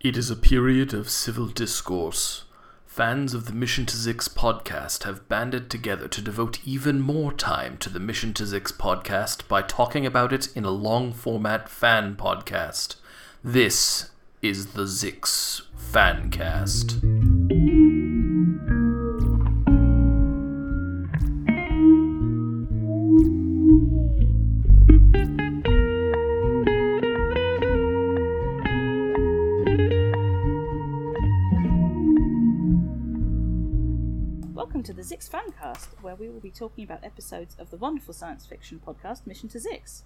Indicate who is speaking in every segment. Speaker 1: It is a period of civil discourse. Fans of the Mission to Zix podcast have banded together to devote even more time to the Mission to Zix podcast by talking about it in a long format fan podcast. This is the Zix Fancast.
Speaker 2: Welcome to the Zix Fancast, where we will be talking about episodes of the wonderful science fiction podcast Mission to Zix.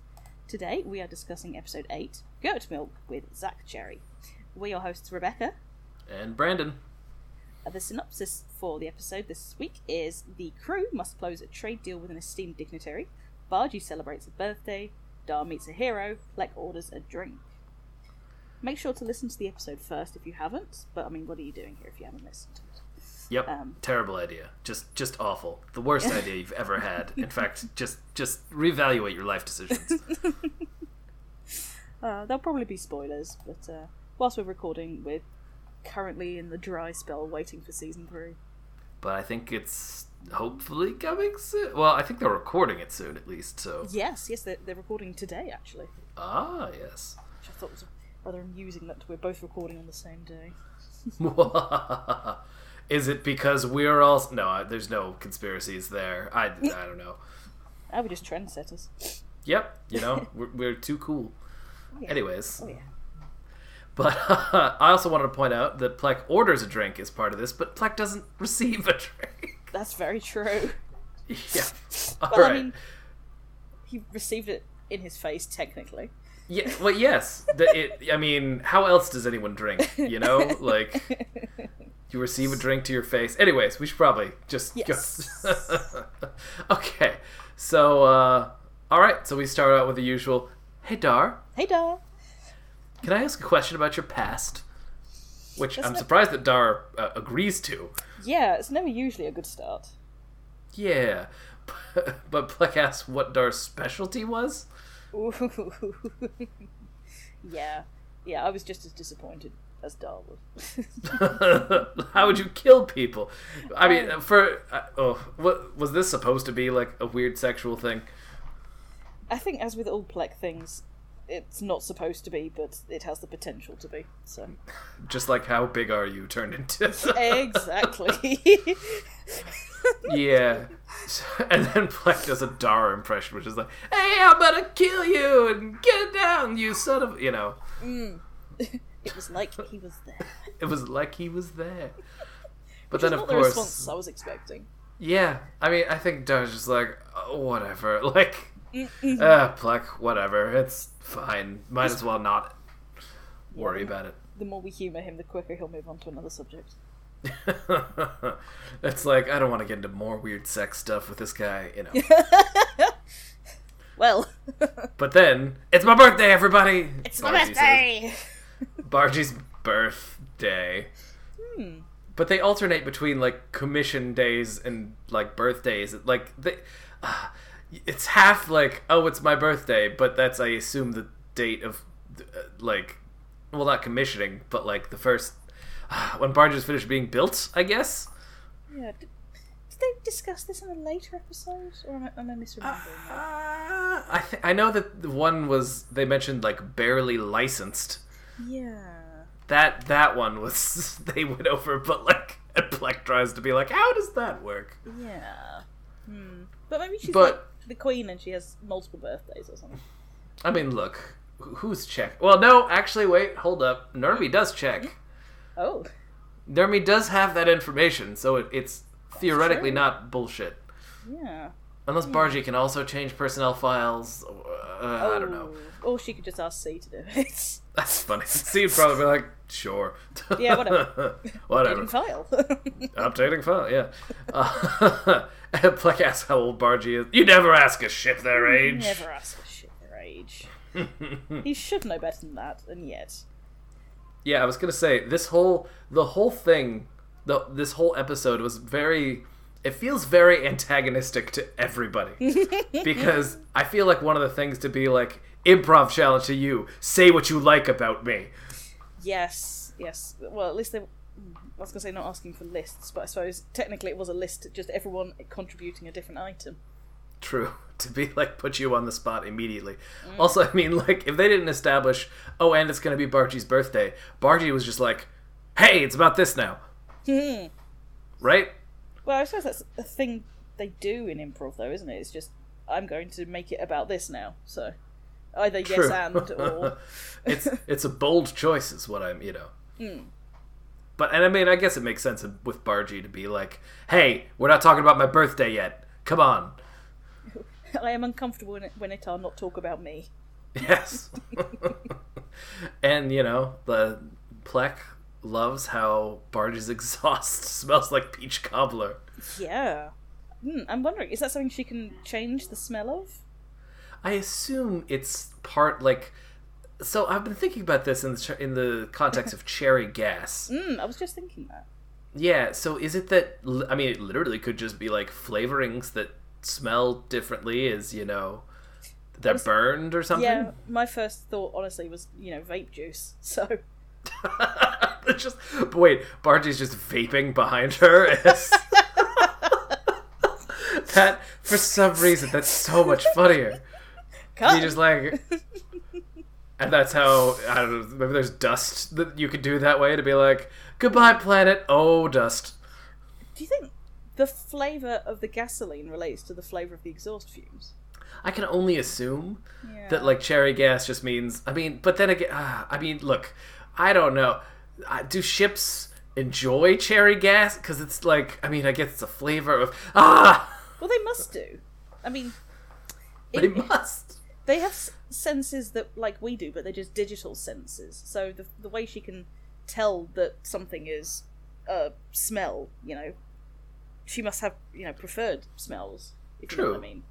Speaker 2: Today we are discussing episode 8, Goat Milk, with Zach Cherry. We are hosts Rebecca.
Speaker 1: And Brandon.
Speaker 2: Uh, The synopsis for the episode this week is The crew must close a trade deal with an esteemed dignitary, Bargy celebrates a birthday, Dar meets a hero, Fleck orders a drink. Make sure to listen to the episode first if you haven't, but I mean, what are you doing here if you haven't listened to it?
Speaker 1: Yep.
Speaker 2: Um.
Speaker 1: Terrible idea. Just just awful. The worst idea you've ever had. In fact, just just reevaluate your life decisions.
Speaker 2: Uh, there'll probably be spoilers, but uh, whilst we're recording, we're currently in the dry spell waiting for season three.
Speaker 1: but I think it's hopefully coming soon. Well, I think they're recording it soon, at least. So
Speaker 2: Yes, yes, they're, they're recording today, actually, which
Speaker 1: ah, yes.
Speaker 2: I thought was rather amusing that we're both recording on the same day.
Speaker 1: Is it because we're all no? I- There's no conspiracies there. I I don't know.
Speaker 2: Oh, we're just trendsetters.
Speaker 1: Yep, you know we're, we're too cool.
Speaker 2: yeah.
Speaker 1: Anyways,
Speaker 2: Oh, yeah.
Speaker 1: but I also wanted to point out that Plek orders a drink as part of this, but Plek doesn't receive a drink.
Speaker 2: That's very true.
Speaker 1: yeah. all right.
Speaker 2: Well, I mean, he received it in his face, technically.
Speaker 1: Yeah, well, yes. The, it, I mean, how else does anyone drink? You know, like you receive a drink to your face. Anyways, we should probably just go-
Speaker 2: Yes.
Speaker 1: okay, so uh, all right, so we start out with the usual. Hey, Dar,
Speaker 2: Hey, Dar!
Speaker 1: can I ask a question about your past? Which
Speaker 2: That's
Speaker 1: I'm
Speaker 2: not-
Speaker 1: surprised that Dar uh, agrees to.
Speaker 2: Yeah, it's never usually a good start.
Speaker 1: Yeah, but Plek asks what Dar's specialty was.
Speaker 2: Ooh. yeah, yeah, I was just as disappointed as Dar was.
Speaker 1: How would you kill people? I
Speaker 2: Um,
Speaker 1: mean, for uh, oh, what was this supposed to be like a weird sexual thing?
Speaker 2: I think, as with all Plek things, it's not supposed to be, but it has the potential to be. So
Speaker 1: Just like how big are you turned into?
Speaker 2: exactly.
Speaker 1: yeah, and then Black does a Dara impression, which is like, "Hey, I'm gonna kill you and get down, you son of," you know.
Speaker 2: it was like he was there.
Speaker 1: It was like he was there. But
Speaker 2: Which
Speaker 1: then, of
Speaker 2: is not the
Speaker 1: course,
Speaker 2: response I was expecting.
Speaker 1: yeah. I mean, I think Dara's just like, oh, whatever. Like, ah, Pluck, whatever. It's fine. Might as well not worry about it.
Speaker 2: The more we humour him, the quicker he'll move on to another subject.
Speaker 1: it's like I don't want to get into more weird sex stuff with this guy, you know.
Speaker 2: Well,
Speaker 1: but then it's my birthday, everybody. It's Bargie's birthday. But they alternate between like commission days and like birthdays. Like they, uh, it's half like oh, it's my birthday, but that's I assume the date of uh, like, well, not commissioning, but like the first ah, when barges finished being built, I guess.
Speaker 2: Yeah. Did, did they discuss this in a later episode, or am I, am I misremembering? that?
Speaker 1: Uh, I th- I know that the one was they mentioned like barely licensed.
Speaker 2: Yeah.
Speaker 1: That that one was they went over, but like and Plek tries to be like, how does that work?
Speaker 2: Yeah. Hmm. But maybe she's
Speaker 1: But-
Speaker 2: like the queen and she has multiple birthdays or something.
Speaker 1: I mean, look, wh- who's check? Well, no, actually, wait, hold up. Nermi does check.
Speaker 2: Oh.
Speaker 1: Nermi does have that information, so it, it's theoretically
Speaker 2: true.
Speaker 1: not bullshit.
Speaker 2: Yeah.
Speaker 1: Unless
Speaker 2: Hmm.
Speaker 1: Bargy can also change personnel files. Uh, I don't know.
Speaker 2: Oh, Or she could just ask C to do it.
Speaker 1: That's funny. So you'd probably be like, sure.
Speaker 2: Yeah, whatever.
Speaker 1: whatever.
Speaker 2: Didn't file.
Speaker 1: Updating file, yeah. Uh, Plek asks how old Bargy is. You never ask a ship their age.
Speaker 2: Never ask a shit their age. he should know better than that, and yet.
Speaker 1: Yeah, I was gonna say this whole the whole thing, the this whole episode was very. It feels very antagonistic to everybody because I feel like one of the things to be like improv challenge to you. Say what you like about me.
Speaker 2: Yes. Yes. Well, at least they. mm, I was going to say not asking for lists, but I suppose technically it was a list, just everyone contributing a different item.
Speaker 1: True. To be like put you on the spot immediately. Also, I mean, like if they didn't establish, oh, and it's gonna be Bargie's birthday. Bargie was just like, hey, it's about this now,
Speaker 2: well,
Speaker 1: right?
Speaker 2: I suppose that's a thing they do in improv, though, isn't it? It's just I'm going to make it about this now. So either yes
Speaker 1: True.
Speaker 2: and or
Speaker 1: it's it's a bold choice, is what I'm, you know.
Speaker 2: Hmm.
Speaker 1: But and I mean, I guess it makes sense with Bargie to be like, hey, we're not talking about my birthday yet. Come on.
Speaker 2: I am uncomfortable when it, when it are not talk about me.
Speaker 1: Yes. and you know, the Plek loves how Bargie's exhaust smells like peach cobbler.
Speaker 2: Yeah. Hmm, I'm wondering, is that something she can change the smell of?
Speaker 1: I assume it's part like. So I've been thinking about this in the ch- in the context of cherry gas.
Speaker 2: Mm, I was just thinking that.
Speaker 1: Yeah. So is it that li- I mean, it literally could just be like flavorings that smell differently, as you know, they're
Speaker 2: Honestly-
Speaker 1: burned or something.
Speaker 2: Yeah, my first thought, honestly, was, you know, vape juice. So,
Speaker 1: They're just but wait, Bargie's just vaping behind her. It's- that for some reason that's so much funnier.
Speaker 2: cut.
Speaker 1: You just like, and that's how I don't know. Maybe there's dust that you could do that way to be like, goodbye planet. Oh dust.
Speaker 2: Do you think the flavour of the gasoline relates to the flavour of the exhaust fumes?
Speaker 1: I can only assume
Speaker 2: Yeah.
Speaker 1: that like cherry gas just means. I mean, but then again, ah, I mean, look, I don't know. I, do ships enjoy cherry gas? Because it's like, I mean, I guess it's a flavor of ah.
Speaker 2: Well, they must do. I mean,
Speaker 1: They
Speaker 2: it-
Speaker 1: must.
Speaker 2: they have s- senses that like we do, but they're just digital senses. So the the way she can tell that something is uh, smell, you know, she must have you know preferred smells. If You know what
Speaker 1: True.
Speaker 2: I mean,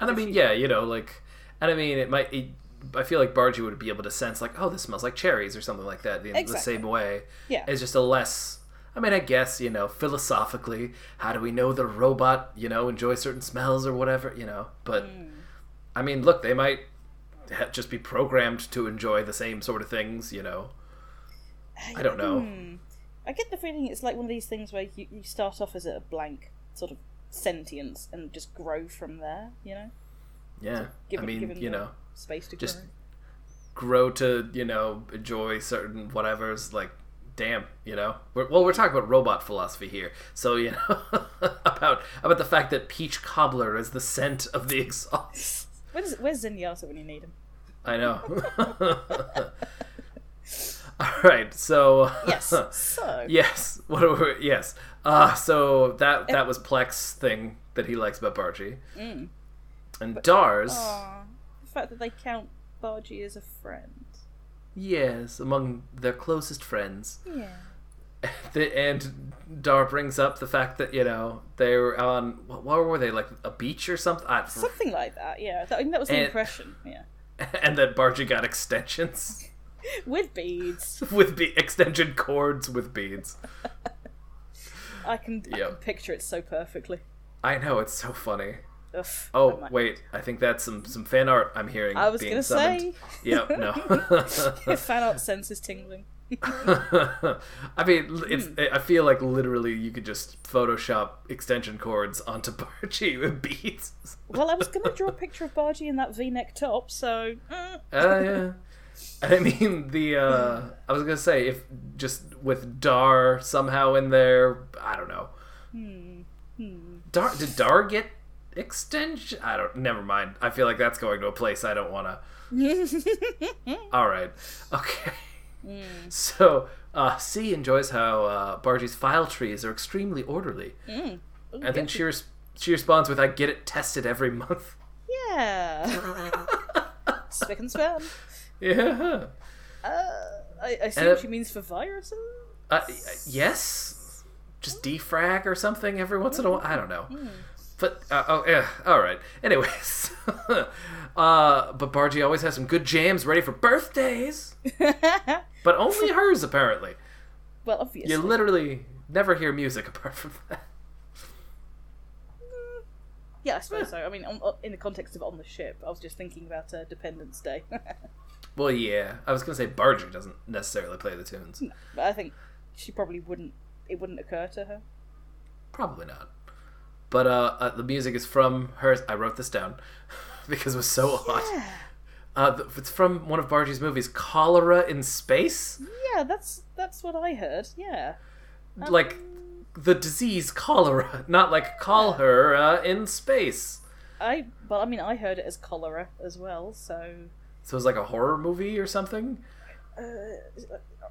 Speaker 1: And I mean, yeah, you know, like, and I mean, it might. It, I feel like Bargy would be able to sense like, oh, this smells like cherries or something like that. The, the
Speaker 2: Exactly.
Speaker 1: same way.
Speaker 2: yeah,
Speaker 1: It's just a less. I mean, I guess you know, philosophically, how do we know that a robot, you know, enjoys certain smells or whatever, you know? But
Speaker 2: Hmm.
Speaker 1: I mean, look, they might ha- just be programmed to enjoy the same sort of things, you know. I don't know.
Speaker 2: Hmm. I get the feeling it's like one of these things where you, you start off as a blank sort of sentience and just grow from there. You know,
Speaker 1: Yeah,
Speaker 2: given
Speaker 1: I mean,
Speaker 2: given
Speaker 1: you
Speaker 2: the
Speaker 1: know,
Speaker 2: space to
Speaker 1: just
Speaker 2: grow.
Speaker 1: grow to you know enjoy certain whatever's like damn you know we're, well we're talking about robot philosophy here so you know about about the fact that peach cobbler is the scent of the exhaust
Speaker 2: Where's where's Zenyatta when you need him?
Speaker 1: i know all right so
Speaker 2: Yes. so
Speaker 1: yes what are we, yes uh so that that was plex thing that he likes about bargy and dars
Speaker 2: Mm. Aw, the fact that they count Bargy as a friend.
Speaker 1: yes among their closest friends
Speaker 2: Yeah.
Speaker 1: the, and Dar brings up the fact that you know they were on what, what were they like a beach or something, I,
Speaker 2: Something like that, yeah. That, I mean, that was the
Speaker 1: And-
Speaker 2: impression, yeah.
Speaker 1: and that Bargy got extensions
Speaker 2: With beads,
Speaker 1: with be- extension cords with beads.
Speaker 2: I can, I
Speaker 1: Yeah.
Speaker 2: can picture it so perfectly.
Speaker 1: I know it's so funny.
Speaker 2: Ugh, I
Speaker 1: Oh
Speaker 2: might-
Speaker 1: wait, I think that's some some fan art I'm hearing.
Speaker 2: I was
Speaker 1: being
Speaker 2: gonna
Speaker 1: summoned.
Speaker 2: say.
Speaker 1: Yep. No.
Speaker 2: If fan art sense is tingling.
Speaker 1: I mean, it's. I feel like literally you could just Photoshop extension cords onto Bargy with beads.
Speaker 2: Well, I was going to draw a picture of Bargy in that V-neck top, so mm,
Speaker 1: Uh, yeah. I mean, the uh, I was gonna say if just with Dar somehow in there, I don't know. Dar did Dar get extension? I don't. Never mind. I feel like that's going to a place I don't want to. All right. Okay. So. Uh, C enjoys how uh, Bargie's file trees are extremely orderly, and then she res- she responds with, "I get it tested every month."
Speaker 2: yeah. Spick and span.
Speaker 1: yeah.
Speaker 2: Uh, I, I see
Speaker 1: And
Speaker 2: what
Speaker 1: it-
Speaker 2: she means for viruses.
Speaker 1: Uh, y- yes, just defrag or something every once in a while. I don't know. But uh, oh, yeah, all right. Anyways, uh, but Bargy always has some good jams ready for birthdays, but only hers apparently.
Speaker 2: well, obviously.
Speaker 1: You literally never hear music apart from that.
Speaker 3: Eh.
Speaker 2: Yeah, I suppose so. I mean, on, on- in the context of on the ship, I was just thinking about uh, Dependence Day.
Speaker 3: Well, yeah. I was gonna say Barger doesn't necessarily play the tunes.
Speaker 2: But I think she probably wouldn't. It wouldn't occur to her.
Speaker 3: Probably not. But uh, uh, the music is from her. I wrote this down because it was so odd. Uh, th- it's from one of Bargie's movies, Cholera in Space.
Speaker 2: Yeah, that's that's what I heard. Yeah. Um,
Speaker 3: Like the disease cholera, not like call her uh, in space.
Speaker 2: I well, I mean, I heard it as cholera as well. So
Speaker 3: So it's like a horror movie or something.
Speaker 2: uh,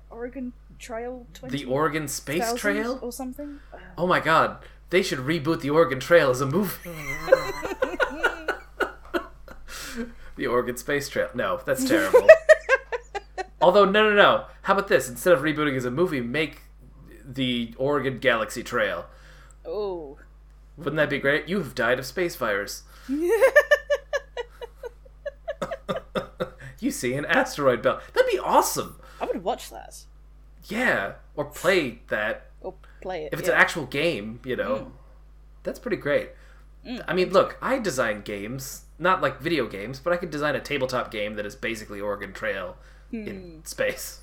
Speaker 2: Oregon Trail twenty.
Speaker 3: The Oregon Space
Speaker 2: 2000
Speaker 3: Trail.
Speaker 2: or something. Uh,
Speaker 3: Oh my god, they should reboot the Oregon Trail as a movie. the Oregon Space Trail. No, that's terrible. Although, no, no, no. How about this? Instead of rebooting as a movie, make the Oregon Galaxy Trail.
Speaker 2: oh,
Speaker 3: Wouldn't that be great? You have died of space fires. you see an asteroid belt. That'd be awesome.
Speaker 2: I would watch that
Speaker 3: Yeah. Or play that
Speaker 2: or play it.
Speaker 3: if it's
Speaker 2: yeah. Mm.
Speaker 3: an actual game, you know, that's pretty great. I mean, look, I design games, not like video games, but I could design a tabletop game that is basically Oregon Trail
Speaker 2: Hmm.
Speaker 3: in space.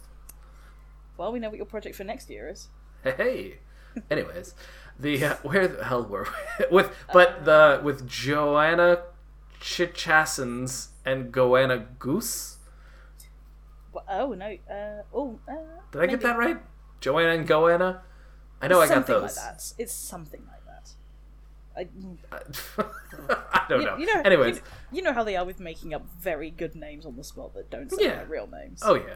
Speaker 2: well, we know what your project for next year is.
Speaker 3: Hey. Anyways, the uh, where the hell were we? with but
Speaker 2: Uh.
Speaker 3: the with Joanna Chichassens and Goanna Goose.
Speaker 2: Well, oh no! Uh, oh, uh,
Speaker 3: Did I get that right? Joanna and Goanna. I know I got
Speaker 2: something
Speaker 3: those.
Speaker 2: like that. It's something like that. I, mm, you,
Speaker 3: I don't know.
Speaker 2: you know.
Speaker 3: Anyways,
Speaker 2: you, you know how they are with making up very good names on the spot that don't sound
Speaker 3: Yeah.
Speaker 2: like real names.
Speaker 3: oh yeah.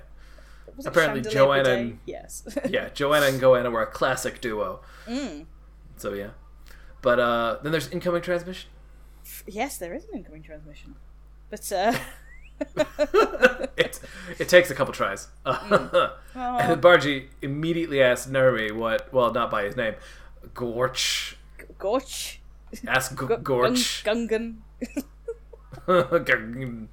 Speaker 2: Was it
Speaker 3: apparently
Speaker 2: Chandelier
Speaker 3: Joanna
Speaker 2: Bidet?
Speaker 3: and-
Speaker 2: Yes.
Speaker 3: yeah, Joanna and Goanna were a classic duo. So yeah, but uh, then there's incoming transmission.
Speaker 2: yes, there is an incoming transmission, but uh,
Speaker 3: it it takes a couple tries. and
Speaker 2: Oh,
Speaker 3: then Bargy immediately asks Nermi what, well, not by his name, Gorch.
Speaker 2: Gorch,
Speaker 3: Ask G-
Speaker 2: Gu-
Speaker 3: Gorch
Speaker 2: Gung- Gungan.
Speaker 3: Gung-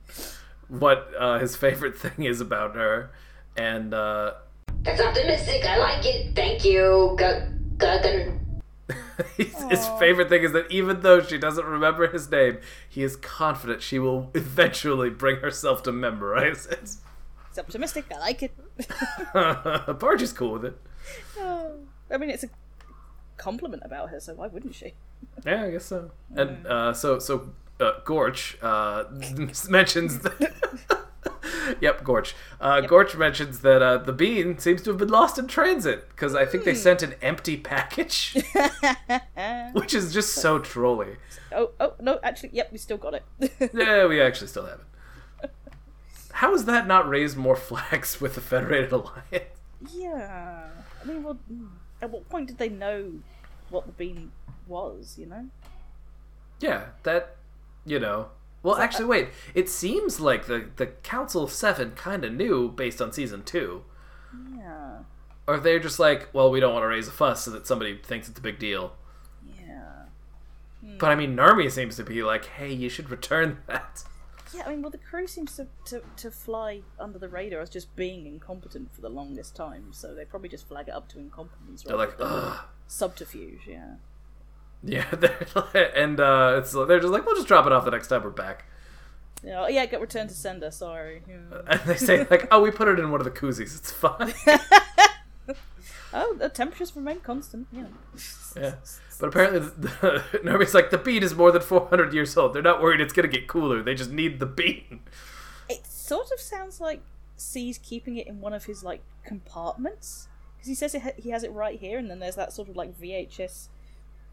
Speaker 3: what uh, his favorite thing is about her, and uh,
Speaker 4: That's optimistic. I like it. Thank you. Gu- Gugan.
Speaker 3: his, his favorite thing is that even though she doesn't remember his name, he is confident she will eventually bring herself to memorize it.
Speaker 2: It's optimistic. I like it.
Speaker 3: Barge is cool with it.
Speaker 2: Oh, I mean, it's a compliment about her, so why wouldn't she?
Speaker 3: Yeah, I guess so. And uh, so so uh, Gorch uh, mentions. That yep, Gorch. Uh, Gorch mentions that uh, the bean seems to have been lost in transit because I think they sent an empty package, which is just so trolly.
Speaker 2: Oh, oh no! Actually, yep, we still got it.
Speaker 3: Yeah, we actually still have it. How has that not raised more flags with the Federated Alliance?
Speaker 2: yeah. I mean, well, mm, at what point did they know what the bean was? You know.
Speaker 3: Yeah, that you know. Well, actually, wait. It seems like the the Council of Seven kind of knew based on season two,
Speaker 2: Yeah.
Speaker 3: or they're just like, well, we don't want to raise a fuss so that somebody thinks it's a big deal.
Speaker 2: Yeah.
Speaker 3: But I mean, Narmi seems to be like, hey, you should return that.
Speaker 2: Yeah, I mean, well, the crew seems to, to, to fly under the radar as just being incompetent for the longest time, so they probably just flag it up to incompetence
Speaker 3: They're
Speaker 2: rather
Speaker 3: like,
Speaker 2: than
Speaker 3: ugh.
Speaker 2: subterfuge, yeah.
Speaker 3: Yeah, they're like- and uh, it's they're just like, we'll just drop it off the next time we're back.
Speaker 2: Yeah, oh, yeah, get returned to sender, sorry. yeah.
Speaker 3: And they say like, oh, we put it in one of the koozies. It's fine.
Speaker 2: Oh, the temperatures remain constant, yeah.
Speaker 3: Yeah. But apparently, the, the, Narmi's like, the bean is more than 400 years old. They're not worried it's going to get cooler. They just need the bean.
Speaker 2: It sort of sounds like C's keeping it in one of his, like, compartments, because he says it ha- he has it right here, and then there's that sort of, like, VHS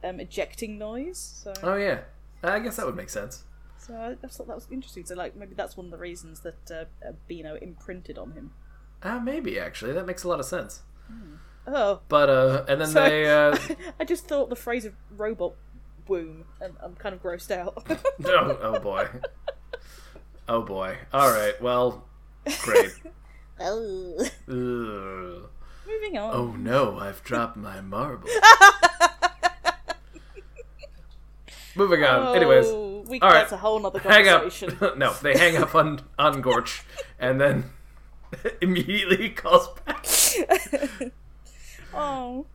Speaker 2: um, ejecting noise, so...
Speaker 3: Oh yeah, I guess that would make sense.
Speaker 2: So I, I thought that was interesting. So like maybe that's one of the reasons that uh, uh, Beano imprinted on him.
Speaker 3: Uh, maybe actually, that makes a lot of sense.
Speaker 2: Oh,
Speaker 3: But uh, and then
Speaker 2: sorry.
Speaker 3: they uh,
Speaker 2: I just thought the phrase of robot womb, and I'm kind of grossed out.
Speaker 3: oh, oh boy, oh boy. All right, well, great.
Speaker 2: oh.
Speaker 3: Ugh.
Speaker 2: Moving on.
Speaker 3: Oh no, I've dropped my marble. Moving on. um, Anyways,
Speaker 2: Oh, we,
Speaker 3: all right.
Speaker 2: that's a whole nother
Speaker 3: hang up.
Speaker 2: conversation.
Speaker 3: no, they hang up on on Gorch, and then immediately calls back.
Speaker 2: oh,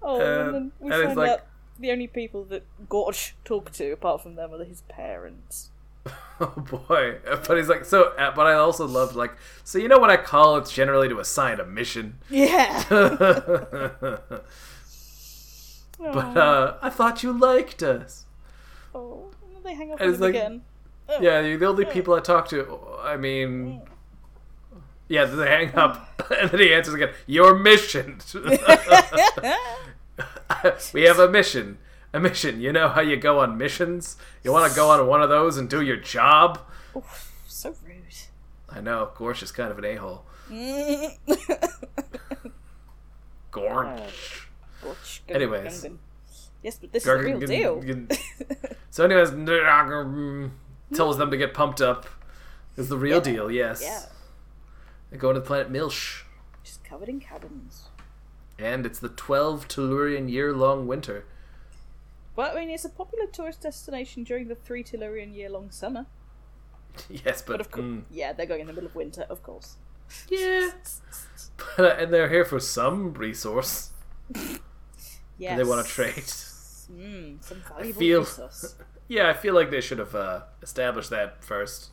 Speaker 2: oh,
Speaker 3: Um,
Speaker 2: and then we
Speaker 3: and it's
Speaker 2: find
Speaker 3: like-
Speaker 2: out the only people that Gorge talked to, apart from them, are his parents.
Speaker 3: Oh boy. But he's like, so, uh, but I also loved, like, so you know what I call it's generally to assign a mission.
Speaker 2: Yeah.
Speaker 3: but uh, I thought you liked us.
Speaker 2: oh, they hang up
Speaker 3: and
Speaker 2: on
Speaker 3: it's
Speaker 2: him
Speaker 3: like-
Speaker 2: again.
Speaker 3: Yeah, you're the only people I talk to. I mean, yeah, they hang up. and then he answers again, Your mission. we have a mission. A mission. You know how you go on missions? You want to go on one of those and do your job?
Speaker 2: so rude.
Speaker 3: I know, Gorsh is kind of an a hole. Gorsh.
Speaker 2: Gorch, Gungan,
Speaker 3: Anyways.
Speaker 2: Gungan. Yes, but this
Speaker 3: Gungan,
Speaker 2: is the real deal.
Speaker 3: Gungan, Gungan. So, anyways, mm, tells them to get pumped up. Is the real
Speaker 2: Yeah.
Speaker 3: deal, yes.
Speaker 2: yeah.
Speaker 3: They're going to the planet Milsh.
Speaker 2: Just covered in cabins.
Speaker 3: And it's the 12 Tellurian year long winter.
Speaker 2: Well, I mean, it's a popular tourist destination during the three Tellurian year long summer.
Speaker 3: Yes, but.
Speaker 2: But of course,
Speaker 3: mm,
Speaker 2: yeah, they're going in the middle of winter, of course.
Speaker 3: yeah. But, uh, and they're here for some resource.
Speaker 2: Yes.
Speaker 3: They want to trade.
Speaker 2: Mm, some valuable
Speaker 3: feel-
Speaker 2: resource.
Speaker 3: Yeah, I feel like they should have uh, established that first.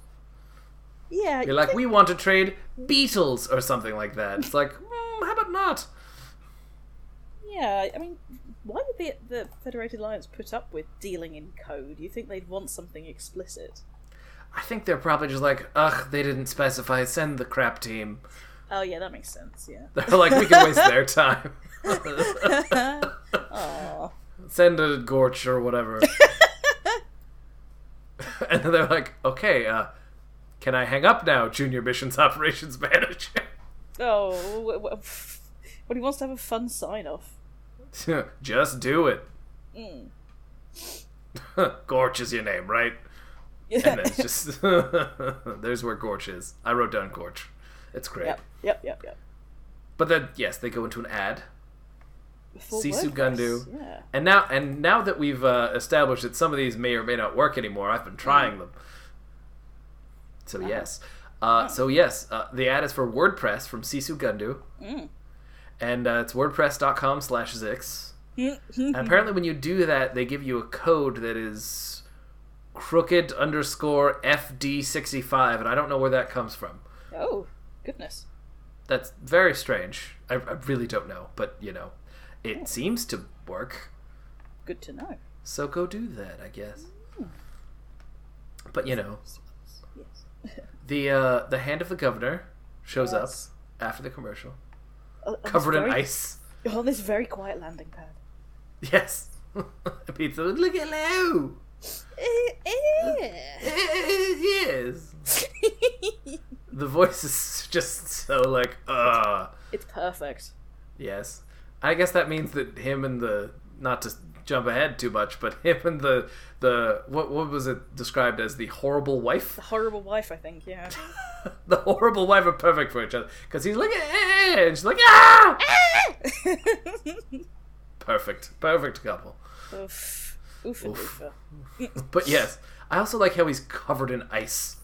Speaker 2: Yeah,
Speaker 3: They're like, we want to trade beetles or something like that. It's like, mm, how about not?
Speaker 2: yeah. I mean, why would the the Federated Alliance put up with dealing in code? You think they'd want something explicit?
Speaker 3: I think they're probably just like, ugh, they didn't specify. Send the crap team.
Speaker 2: Oh yeah, that makes sense. Yeah.
Speaker 3: They're like, we can waste their time.
Speaker 2: Aw.
Speaker 3: Send a gorch or whatever. and then they're like, okay, uh, can I hang up now, Junior Missions Operations Manager?
Speaker 2: Oh, w- w- when he wants to have a fun sign off.
Speaker 3: just do it.
Speaker 2: Mm.
Speaker 3: Gorch is your name, right? And then it's just there's where Gorch is. I wrote down Gorch. It's great.
Speaker 2: Yep, yep, yep, yep.
Speaker 3: But then yes, they go into an ad.
Speaker 2: Before
Speaker 3: Sisu
Speaker 2: WordPress,
Speaker 3: Gundu.
Speaker 2: Yeah.
Speaker 3: And now and now that we've uh, established that some of these may or may not work anymore, I've been trying them. So yes. Uh, so yes, uh, the ad is for WordPress from Sisu Gundu. And uh, it's wordpress.com slash Zix. and apparently when you do that, they give you a code that is crooked underscore FD65, and I don't know where that comes from.
Speaker 2: Oh, goodness.
Speaker 3: That's very strange. I, I really don't know, but you know, it seems to work.
Speaker 2: Good to know.
Speaker 3: So go do that, I guess. But you know,
Speaker 2: Yes.
Speaker 3: the uh, the hand of the governor shows
Speaker 2: Yes.
Speaker 3: up after the commercial,
Speaker 2: On- on this
Speaker 3: covered in
Speaker 2: Oh, very-
Speaker 3: ice.
Speaker 2: On this very quiet landing pad.
Speaker 3: Yes, pizza. Look at hello. eh. yes. The voice is just so like, uh
Speaker 2: it's perfect.
Speaker 3: Yes. I guess that means that him and the not to jump ahead too much, but him and the the what what was it described as the horrible wife?
Speaker 2: The horrible wife, I think, yeah.
Speaker 3: The horrible wife are perfect for each other because he's like "Eh," and she's like ah perfect perfect couple.
Speaker 2: Oof. Oof and
Speaker 3: Oof.
Speaker 2: oofa.
Speaker 3: But yes, I also like how he's covered in ice.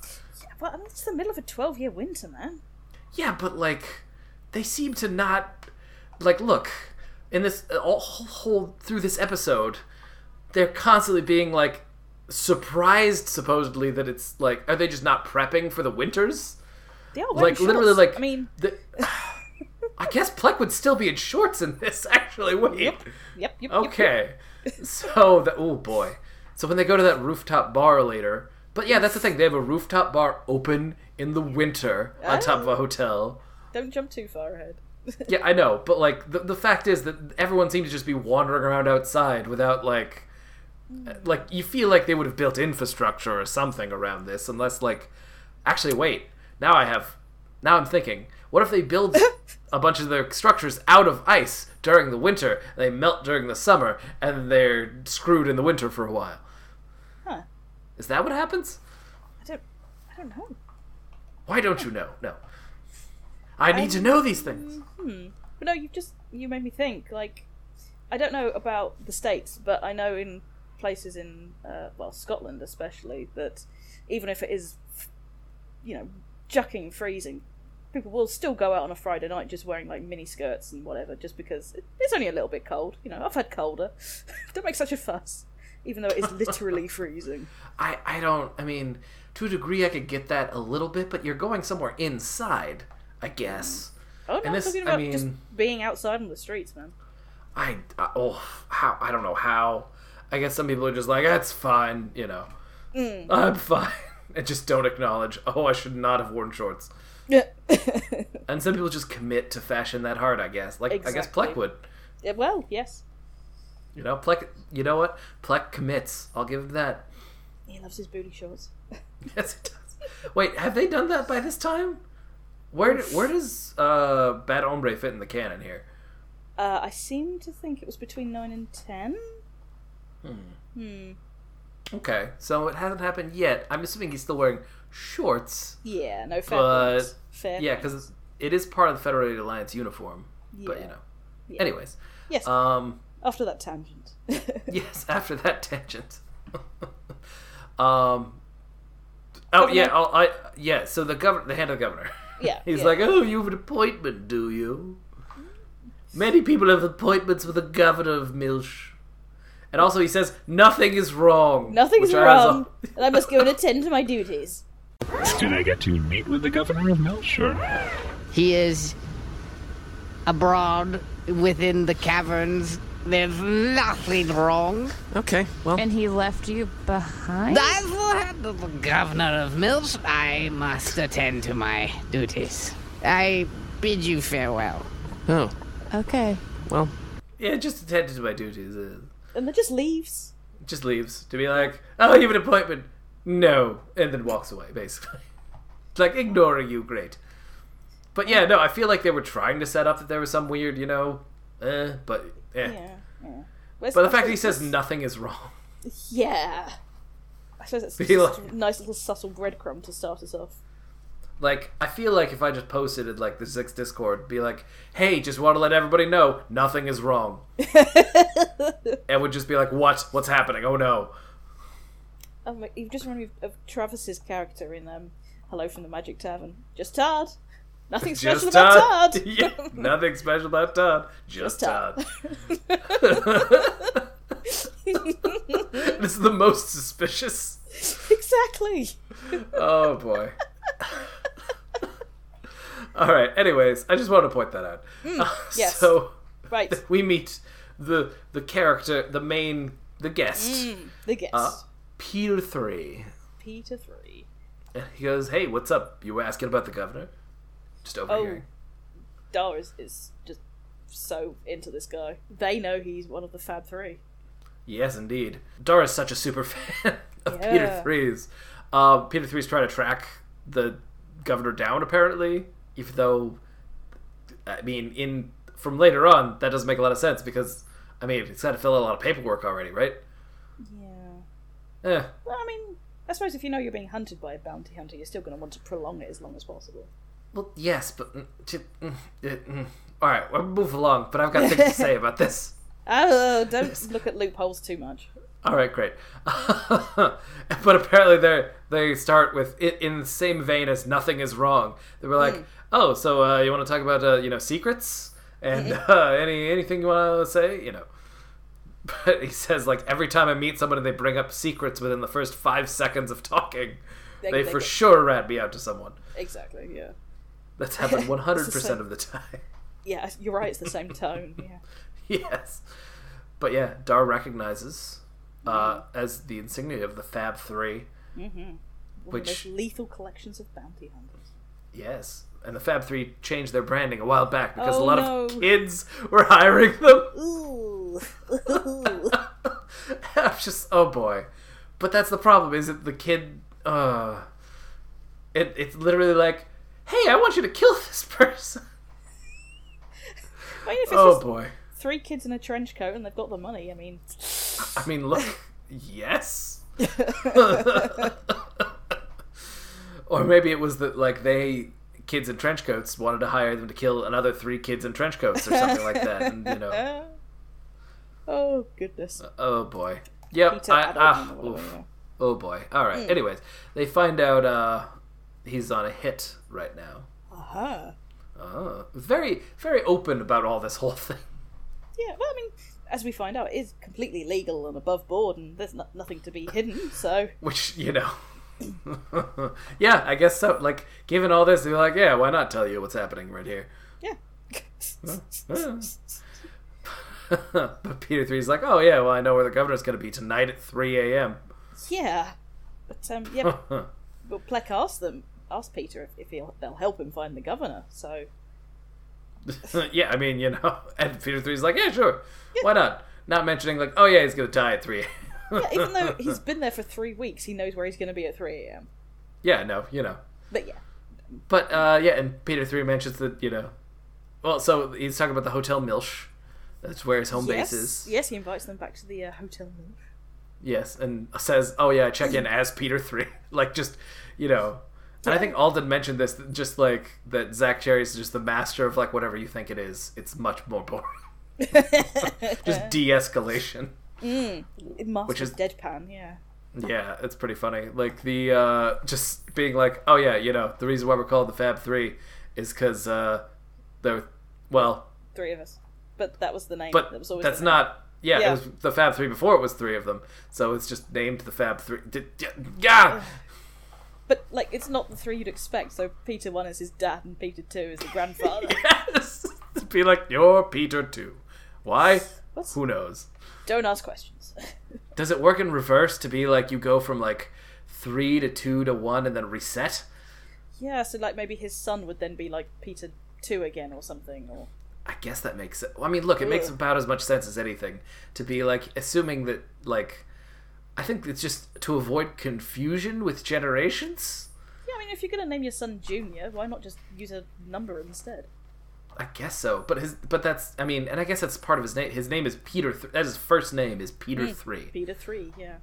Speaker 2: Well, I mean, it's the middle of a 12 year winter, man.
Speaker 3: Yeah, but like they seem to not like look in this uh, all whole through this episode, they're constantly being like surprised supposedly that it's like are they just not prepping for the winters?
Speaker 2: They are wearing
Speaker 3: Like literally
Speaker 2: shorts.
Speaker 3: like
Speaker 2: I mean,
Speaker 3: the, I guess Plek would still be in shorts in this actually. Wait.
Speaker 2: yep, yep. yep, yep.
Speaker 3: Okay. so the oh boy. So when they go to that rooftop bar later, but yeah, that's the thing. They have a rooftop bar open in the winter on top
Speaker 2: Oh.
Speaker 3: of a hotel.
Speaker 2: Don't jump too far ahead.
Speaker 3: Yeah, I know, but like the, the fact is that everyone seems to just be wandering around outside without like uh, like you feel like they would have built infrastructure or something around this unless like actually wait, now I have now I'm thinking, what if they build a bunch of their structures out of ice during the winter, they melt during the summer and they're screwed in the winter for a while.
Speaker 2: Huh.
Speaker 3: Is that what happens?
Speaker 2: I don't. I don't know.
Speaker 3: Why don't you know? No. I need to know these things.
Speaker 2: But no, you've just you made me think. Like, I don't know about the states, but I know in places in uh, well Scotland especially that even if it is, you know, jucking freezing, people will still go out on a Friday night just wearing like mini skirts and whatever, just because it- it's only a little bit cold. You know, I've had colder. don't make such a fuss. even though it is literally freezing.
Speaker 3: I, I don't. I mean, to a degree, I could get that a little bit, but you're going somewhere inside, I guess.
Speaker 2: Oh no,
Speaker 3: And this-
Speaker 2: I'm talking
Speaker 3: I
Speaker 2: about just
Speaker 3: mean-
Speaker 2: being outside on the streets, man.
Speaker 3: I, I oh how I don't know how. I guess some people are just like that's fine, you know. I'm fine, and just don't acknowledge. Oh, I should not have worn shorts.
Speaker 2: Yeah.
Speaker 3: And some people just commit to fashion that hard. I guess, like I guess
Speaker 2: Exactly.
Speaker 3: Plek would.
Speaker 2: well, yes,
Speaker 3: You know, Plek. You know what? Plek commits. I'll give him that.
Speaker 2: he loves his booty shorts.
Speaker 3: Yes, it does. Wait, have they done that by this time? Where where does uh, Bad Hombre fit in the canon here?
Speaker 2: Uh, I seem to think it was between nine and ten.
Speaker 3: Okay, so it hasn't happened yet. I'm assuming he's still wearing shorts.
Speaker 2: Yeah, no fair.
Speaker 3: But-
Speaker 2: points. fair.
Speaker 3: Yeah,
Speaker 2: points.
Speaker 3: because it is part of the Federated Alliance uniform. But
Speaker 2: Yeah.
Speaker 3: you know,
Speaker 2: Yeah.
Speaker 3: anyways.
Speaker 2: yes.
Speaker 3: Um,
Speaker 2: after that tangent.
Speaker 3: yes. After that tangent. um. Oh yeah, I'll, I yeah. So the governor, the hand of the governor.
Speaker 2: Yeah,
Speaker 3: He's
Speaker 2: yeah.
Speaker 3: like, oh, you have an appointment, do you? Many people have appointments with the governor of Milsh. And also, he says nothing is wrong.
Speaker 2: Nothing's
Speaker 3: which I was
Speaker 2: wrong,
Speaker 3: all-
Speaker 2: and I must go and attend to my duties.
Speaker 5: Did I get to meet with the governor of Melch? Or not?
Speaker 6: He is abroad within the caverns. There's nothing wrong.
Speaker 7: Okay, well,
Speaker 8: And he left you behind?
Speaker 6: As the head of the governor of Milch, I must attend to my duties. I bid you farewell.
Speaker 7: oh,
Speaker 8: Okay.
Speaker 7: well,
Speaker 3: Yeah, just attended to my duties. uh,
Speaker 2: And then just leaves.
Speaker 3: just leaves to be like, "Oh, you have an appointment." No, and then walks away. Basically, It's like ignoring you, great. But yeah, no, I feel like they were trying to set up that there was some weird, you know, eh, but eh.
Speaker 2: Yeah. yeah.
Speaker 3: But the fact that he says nothing is wrong.
Speaker 2: Yeah. I suppose that's
Speaker 3: Be
Speaker 2: just
Speaker 3: like-
Speaker 2: a nice little subtle breadcrumb to start us off.
Speaker 3: Like, I feel like if I just posted it like the Six Discord, be like, "Hey, just want to let everybody know nothing is wrong," and would just be like, "What? What's happening? Oh no!"
Speaker 2: Oh my, you've just reminded me of Travis's character in um, Hello from the Magic Tavern. Just Todd. Nothing special about Todd.
Speaker 3: Yeah, nothing special about Todd. Just,
Speaker 2: Todd.
Speaker 3: Todd. this is the most suspicious.
Speaker 2: exactly.
Speaker 3: Oh boy. All right. Anyways, I just wanted to point that out.
Speaker 2: Mm,
Speaker 3: Uh,
Speaker 2: yes.
Speaker 3: So
Speaker 2: Right.
Speaker 3: we meet the the character, the main, the guest,
Speaker 2: The guest.
Speaker 3: uh, Peter Three.
Speaker 2: Peter three.
Speaker 3: And he goes, "Hey, what's up? You were asking about the governor." Just over
Speaker 2: Oh.
Speaker 3: here.
Speaker 2: Dara is, is just so into this guy. They know he's one of the Fab Three.
Speaker 3: Yes, indeed. Dara's such a super fan of Peter
Speaker 2: Yeah.
Speaker 3: Threes. Uh, Peter Threes trying to track the governor down, apparently. Even though, I mean, in from later on, that doesn't make a lot of sense because, I mean, it's got to fill out a lot of paperwork already, right?
Speaker 2: Yeah.
Speaker 3: Eh,
Speaker 2: Well, I mean, I suppose if you know you're being hunted by a bounty hunter, you're still going to want to prolong it as long as possible.
Speaker 3: well, yes, but mm, t- mm, it- mm. all right, we'll move along. But I've got things to say about this.
Speaker 2: Oh, don't look at loopholes too much.
Speaker 3: All right, great. but apparently they they start with it in the same vein as nothing is wrong. They were like, "Oh, so uh, you want to talk about uh, you know secrets and uh, any anything you want to say, you know." But he says like every time I meet someone and they bring up secrets within the first 5 seconds of talking, they,
Speaker 2: they
Speaker 3: for
Speaker 2: get-
Speaker 3: sure rat me out to someone.
Speaker 2: Exactly. Yeah.
Speaker 3: That's happened 100%
Speaker 2: same.
Speaker 3: of the time.
Speaker 2: Yeah, you're right. It's the same tone. Yeah.
Speaker 3: yes. But yeah, Dar recognizes uh,
Speaker 2: Mm-hmm.
Speaker 3: as the insignia of the Fab 3
Speaker 2: One of
Speaker 3: Which
Speaker 2: those lethal collections of bounty hunters.
Speaker 3: Yes. And the Fab Three changed their branding a while back because
Speaker 2: Oh,
Speaker 3: a lot
Speaker 2: no.
Speaker 3: of kids were hiring them.
Speaker 2: Ooh.
Speaker 3: I'm just, oh boy. But that's the problem, is it the kid, uh, it, it's literally like, hey, I want you to kill this person.
Speaker 2: I mean, if it's
Speaker 3: Oh
Speaker 2: just
Speaker 3: boy.
Speaker 2: three kids in a trench coat and they've got the money, I mean,
Speaker 3: I mean, look, yes. or maybe it was that, like, they, kids in trench coats, wanted to hire them to kill another three kids in trench coats or something like that. And, you know.
Speaker 2: oh goodness.
Speaker 3: Oh boy. Yep.
Speaker 2: Peter,
Speaker 3: I-
Speaker 2: I don't
Speaker 3: ah,
Speaker 2: know what
Speaker 3: oof.
Speaker 2: I know.
Speaker 3: Oh boy. All right. Anyways, they find out uh, he's on a hit right now.
Speaker 2: Aha.
Speaker 3: Uh, very, very open about all this whole thing.
Speaker 2: Yeah, well, I mean, as we find out, it is completely legal and above board, and there's no- nothing to be hidden. So
Speaker 3: Which, you know. yeah, I guess so. Like, given all this, they're like, yeah, why not tell you what's happening right here?
Speaker 2: yeah,
Speaker 3: but Peter Three's like, oh, yeah, well, I know where the governor's going to be tonight at 3 a.m.
Speaker 2: yeah. But um, yeah, but Plek asked them, asked Peter if, if he'll, they'll help him find the governor. So
Speaker 3: yeah, I mean, you know. And Peter Three's like, yeah, sure. Why not? Not mentioning, like, oh, yeah, he's going to die at 3
Speaker 2: yeah, even though he's been there for three weeks, he knows where he's going to be at three a.m.
Speaker 3: yeah, no, you know.
Speaker 2: But yeah,
Speaker 3: But, uh, yeah, and Peter Three mentions that, you know. Well, so he's talking about the Hotel Milch. That's where his home
Speaker 2: yes,
Speaker 3: base is.
Speaker 2: yes, he invites them back to the uh, hotel room.
Speaker 3: Yes, and says, "Oh yeah, I check in as Peter Three, like just you know." And I think Alden mentioned this, just like that Zach Cherry's just the master of like whatever you think it is. It's much more boring. just de-escalation.
Speaker 2: Master
Speaker 3: Which
Speaker 2: Which
Speaker 3: is-
Speaker 2: is deadpan, yeah.
Speaker 3: Yeah, it's pretty funny. Like the uh just being like, "Oh yeah, you know, the reason why we're called the Fab Three is because uh, they're well,
Speaker 2: Three of us. But that was the name.
Speaker 3: but
Speaker 2: that was always
Speaker 3: that's
Speaker 2: the name.
Speaker 3: not." Yeah, it
Speaker 2: Yeah.
Speaker 3: was the Fab Three before it was three of them, so it's just named the Fab Three. D- d- yeah,
Speaker 2: But like, it's not the three you'd expect. So Peter one is his dad, and Peter two is the grandfather.
Speaker 3: yes. Be like, you're Peter too. Why?
Speaker 2: What's-
Speaker 3: Who knows?
Speaker 2: Don't ask questions.
Speaker 3: Does it work in reverse to be like you go from like three to two to one and then reset?
Speaker 2: yeah, so like maybe his son would then be like Peter two again or something. Or
Speaker 3: I guess that makes it. I mean, look, it makes
Speaker 2: Yeah.
Speaker 3: about as much sense as anything to be like assuming that like I think it's just to avoid confusion with generations.
Speaker 2: yeah, I mean, if you're gonna name your son Junior, why not just use a number instead?
Speaker 3: I guess so, but his but that's I mean, and I guess that's part of his name. His name is Peter. Th- that's his first name is Peter Three.
Speaker 2: Peter three, yeah.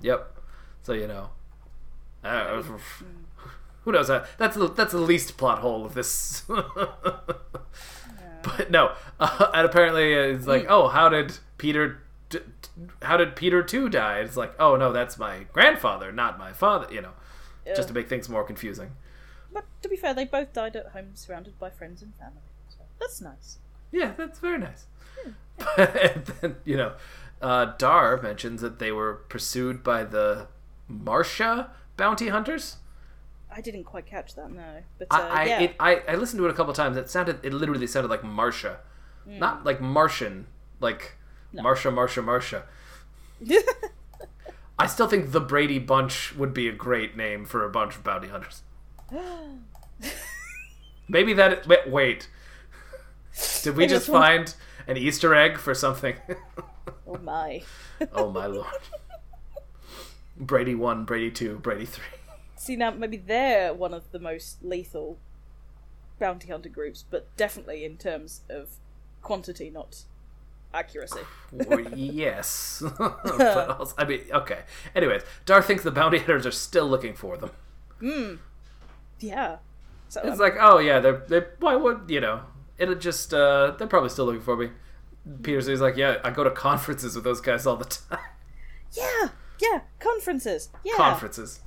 Speaker 3: Yep. So you know, uh, who knows? How, that's the that's the least plot hole of this. But no, uh, and apparently it's like, oh, how did Peter? D- d- how did Peter two die? It's like, oh no, that's my grandfather, not my father. You know, just to make things more confusing.
Speaker 2: But to be fair, they both died at home, surrounded by friends and family. So that's nice.
Speaker 3: Yeah, that's very nice. and then you know, uh, Dar mentions that they were pursued by the Marsha bounty hunters.
Speaker 2: I didn't quite catch that, no. But uh,
Speaker 3: I, I,
Speaker 2: yeah,
Speaker 3: it, I I listened to it a couple times. It sounded it literally sounded like Marcia, not like Martian, like Marcia, Marcia, Marcia. I still think the Brady Bunch would be a great name for a bunch of bounty hunters. Maybe that wait. wait. Did we just
Speaker 2: this one-
Speaker 3: find an Easter egg for something?
Speaker 2: oh my.
Speaker 3: oh my lord. Brady 1, Brady 2, Brady 3.
Speaker 2: See now, maybe they're one of the most lethal bounty hunter groups, but definitely in terms of quantity, not accuracy.
Speaker 3: Well, yes. but also, I mean, okay. Anyways, Dar thinks the bounty hunters are still looking for them.
Speaker 2: Yeah. So
Speaker 3: It's like, oh yeah, they're they. Why would you know? It'll just uh, they're probably still looking for me. Peter Z's like, yeah, I go to conferences with those guys all the time.
Speaker 2: yeah, yeah, conferences. Yeah,
Speaker 3: Conferences.